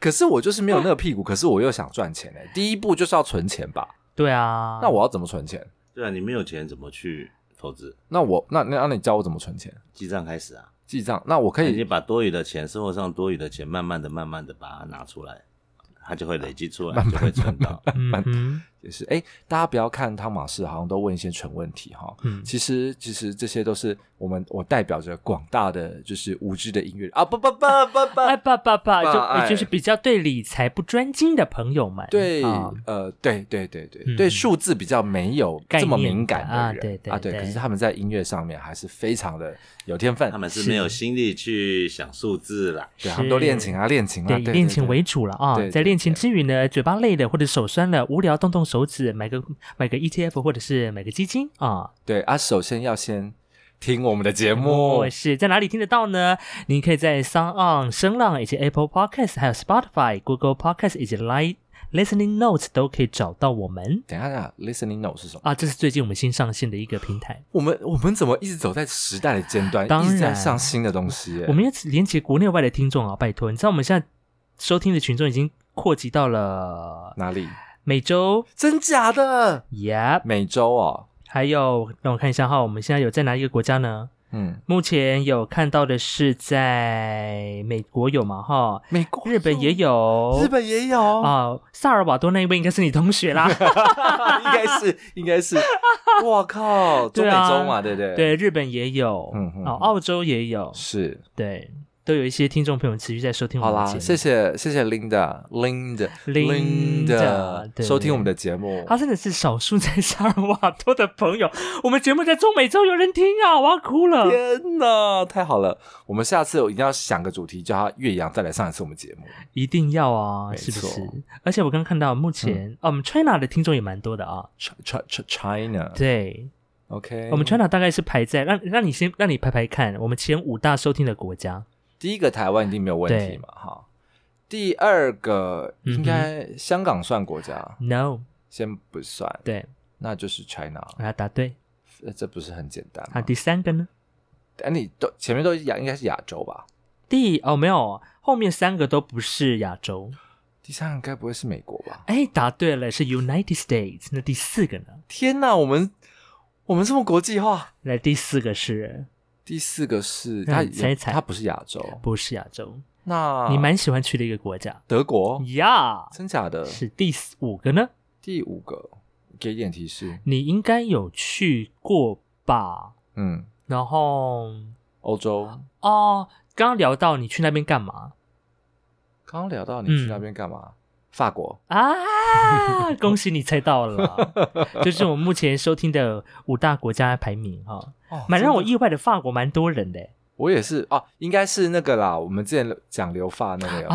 [SPEAKER 2] 可是我就是没有那个屁股，可是我又想赚钱呢、第一步就是要存钱吧？
[SPEAKER 1] 对啊，
[SPEAKER 2] 那我要怎么存钱？
[SPEAKER 3] 对啊，你没有钱怎么去投资？
[SPEAKER 2] 那我那那那你教我怎么存钱？
[SPEAKER 3] 记账开始啊，
[SPEAKER 2] 记账？那我可
[SPEAKER 3] 你
[SPEAKER 2] 以
[SPEAKER 3] 把多余的钱，生活上多余的钱，慢慢的、慢慢的把它拿出来，它就会累积出来，就会存到。
[SPEAKER 1] 嗯哼，
[SPEAKER 2] 也是哎，大家不要看汤马士好像都问一些蠢问题哈，
[SPEAKER 1] 嗯
[SPEAKER 2] 其实其实这些都是我们我代表着广大的就是无知的音乐啊不不不不
[SPEAKER 1] [LAUGHS]
[SPEAKER 2] 不，
[SPEAKER 1] 哎，爸爸爸，就
[SPEAKER 2] 爸
[SPEAKER 1] 哎就是比较对理财不专精的朋友们，
[SPEAKER 2] 对
[SPEAKER 1] 啊，
[SPEAKER 2] 呃，对对对对，
[SPEAKER 1] 嗯
[SPEAKER 2] 对数字比较没有
[SPEAKER 1] 概
[SPEAKER 2] 这么
[SPEAKER 1] 念
[SPEAKER 2] 敏感
[SPEAKER 1] 的啊
[SPEAKER 2] 的人
[SPEAKER 1] 对对
[SPEAKER 2] 啊，对，
[SPEAKER 1] 对
[SPEAKER 2] 可是他们在音乐上面还是非常的有天分
[SPEAKER 3] 他，们是没有心力去想数字啦。
[SPEAKER 2] 对，他们都
[SPEAKER 1] 是
[SPEAKER 2] 练琴啊，练琴啊，
[SPEAKER 1] 对，
[SPEAKER 2] 对
[SPEAKER 1] 以
[SPEAKER 2] 对
[SPEAKER 1] 练琴
[SPEAKER 2] 对
[SPEAKER 1] 为主了啊
[SPEAKER 2] 对。对
[SPEAKER 1] 在练琴之余呢，嘴巴累了或者手酸了，无聊动动手指，买个买个 ETF 或者是买个基金啊。
[SPEAKER 2] 对啊，首先要先听我们的节目
[SPEAKER 1] 我，哦是在哪里听得到呢？你可以在 Sound On、声浪以及 Apple Podcast，还有 Spotify、Google Podcast 以及 Line Listening Notes 都可以找到我们
[SPEAKER 2] 等一下等一下，listening note 是什么？
[SPEAKER 1] 啊。这是最近我们新上线的一个平台。
[SPEAKER 2] 我们我们怎么一直走在时代的尖端，
[SPEAKER 1] 当
[SPEAKER 2] 一直在
[SPEAKER 1] 然
[SPEAKER 2] 上新的东西耶？
[SPEAKER 1] 我们要连接国内外的听众啊，拜托！你知道我们现在收听的群众已经扩及到了
[SPEAKER 2] 哪里？
[SPEAKER 1] 美洲
[SPEAKER 2] 真假的？
[SPEAKER 1] ，Yep，
[SPEAKER 2] 美洲哦，
[SPEAKER 1] 还有让我看一下哈，我们现在有在哪一个国家呢？
[SPEAKER 2] 嗯，
[SPEAKER 1] 目前有看到的是在美国有嘛哈，
[SPEAKER 2] 美国、
[SPEAKER 1] 日本也，有，
[SPEAKER 2] 日本也有
[SPEAKER 1] 啊、萨尔瓦多那一位应该是你同学啦，
[SPEAKER 2] 应该是，应该是，我靠，中
[SPEAKER 1] 对
[SPEAKER 2] 美
[SPEAKER 1] 啊
[SPEAKER 2] 洲嘛，对 [LAUGHS] 不对？
[SPEAKER 1] 对，，日本也有，
[SPEAKER 2] 嗯嗯
[SPEAKER 1] 哦，
[SPEAKER 2] 嗯
[SPEAKER 1] 澳洲也有，
[SPEAKER 2] 是。对，
[SPEAKER 1] 都有一些听众朋友持续在收听我
[SPEAKER 2] 好
[SPEAKER 1] 们
[SPEAKER 2] 啦
[SPEAKER 1] 的节，目。
[SPEAKER 2] 谢谢谢谢 Linda，Linda，Linda
[SPEAKER 1] Linda，对
[SPEAKER 2] 收听我们的节目，
[SPEAKER 1] 他真的是少数在萨尔瓦多的朋友， [LAUGHS] 我们节目在中美洲有人听啊，我要哭了。
[SPEAKER 2] 天哪，太好了！我们下次我一定要想个主题，叫他岳阳再来上一次我们节目。
[SPEAKER 1] 一定要啊，
[SPEAKER 2] 没
[SPEAKER 1] 是不
[SPEAKER 2] 错嗯
[SPEAKER 1] 是？而且我刚刚看到，目前、哦，我们 China 的听众也蛮多的啊。
[SPEAKER 2] Ch- Ch- Ch- China，
[SPEAKER 1] 对，
[SPEAKER 2] ，OK，
[SPEAKER 1] 我们 China 大概是排在让让你先让你排排看，我们前五大收听的国家。
[SPEAKER 2] 第一个台湾一定没有问题
[SPEAKER 1] 对
[SPEAKER 2] 嘛，哈。第二个
[SPEAKER 1] 嗯哼
[SPEAKER 2] 应该香港算国家，
[SPEAKER 1] No，
[SPEAKER 2] 先不算，
[SPEAKER 1] 对，哎
[SPEAKER 2] 那就是 China，
[SPEAKER 1] 把它答对。
[SPEAKER 2] 呃这不是很简单
[SPEAKER 1] 好，
[SPEAKER 2] 吗？
[SPEAKER 1] 第三个呢？
[SPEAKER 2] 哎，你都前面都是亚，应该是亚洲吧？
[SPEAKER 1] 第哦没有，后面三个都不是亚洲。
[SPEAKER 2] 第三个该不会是美国吧？
[SPEAKER 1] 哎，答对了，是 United States。那第四个呢？
[SPEAKER 2] 天哪，我们我们这么国际化。
[SPEAKER 1] 那第四个是
[SPEAKER 2] 第四个是
[SPEAKER 1] 那
[SPEAKER 2] 它
[SPEAKER 1] 你猜
[SPEAKER 2] 也
[SPEAKER 1] 一猜
[SPEAKER 2] 它不是亚洲，
[SPEAKER 1] 不是亚洲？
[SPEAKER 2] 那
[SPEAKER 1] 你蛮喜欢去的一个国家
[SPEAKER 2] 德国？
[SPEAKER 1] 呀。
[SPEAKER 2] 真假的？
[SPEAKER 1] 是第四五个呢？
[SPEAKER 2] 第五个，给一点提示。
[SPEAKER 1] 你应该有去过吧？
[SPEAKER 2] 嗯，
[SPEAKER 1] 然后
[SPEAKER 2] 欧洲。
[SPEAKER 1] 哦，刚刚聊到你去那边干嘛
[SPEAKER 2] 刚刚聊到你去那边干嘛？嗯法国。 [LAUGHS]
[SPEAKER 1] 啊？恭喜你猜到了，就是我目前收听的五大国家排名哈、
[SPEAKER 2] 哦
[SPEAKER 1] 蛮让我
[SPEAKER 2] 真的
[SPEAKER 1] 意外的，法国蛮多人的
[SPEAKER 2] 我也是哦，应该是那个啦，我们之前讲留发那个有没有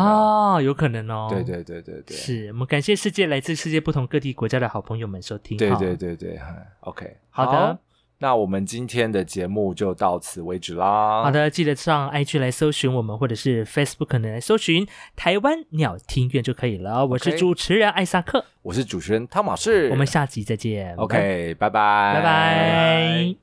[SPEAKER 1] 啊、有可能哦。
[SPEAKER 2] 对对对对对，
[SPEAKER 1] 是我们感谢世界来自世界不同各地国家的好朋友们收听。
[SPEAKER 2] 对
[SPEAKER 1] 哈
[SPEAKER 2] 对对对嗨，OK，
[SPEAKER 1] 好的。
[SPEAKER 2] 那我们今天的节目就到此为止啦。
[SPEAKER 1] 好，的，记得上 IG 来搜寻我们，或者是 Facebook 呢来搜寻台湾鸟听院就可以了。我是
[SPEAKER 2] OK
[SPEAKER 1] 主持人艾萨克
[SPEAKER 2] 我是主持人汤马士，
[SPEAKER 1] 我们下集再见。
[SPEAKER 2] OK，拜拜，
[SPEAKER 1] 拜拜。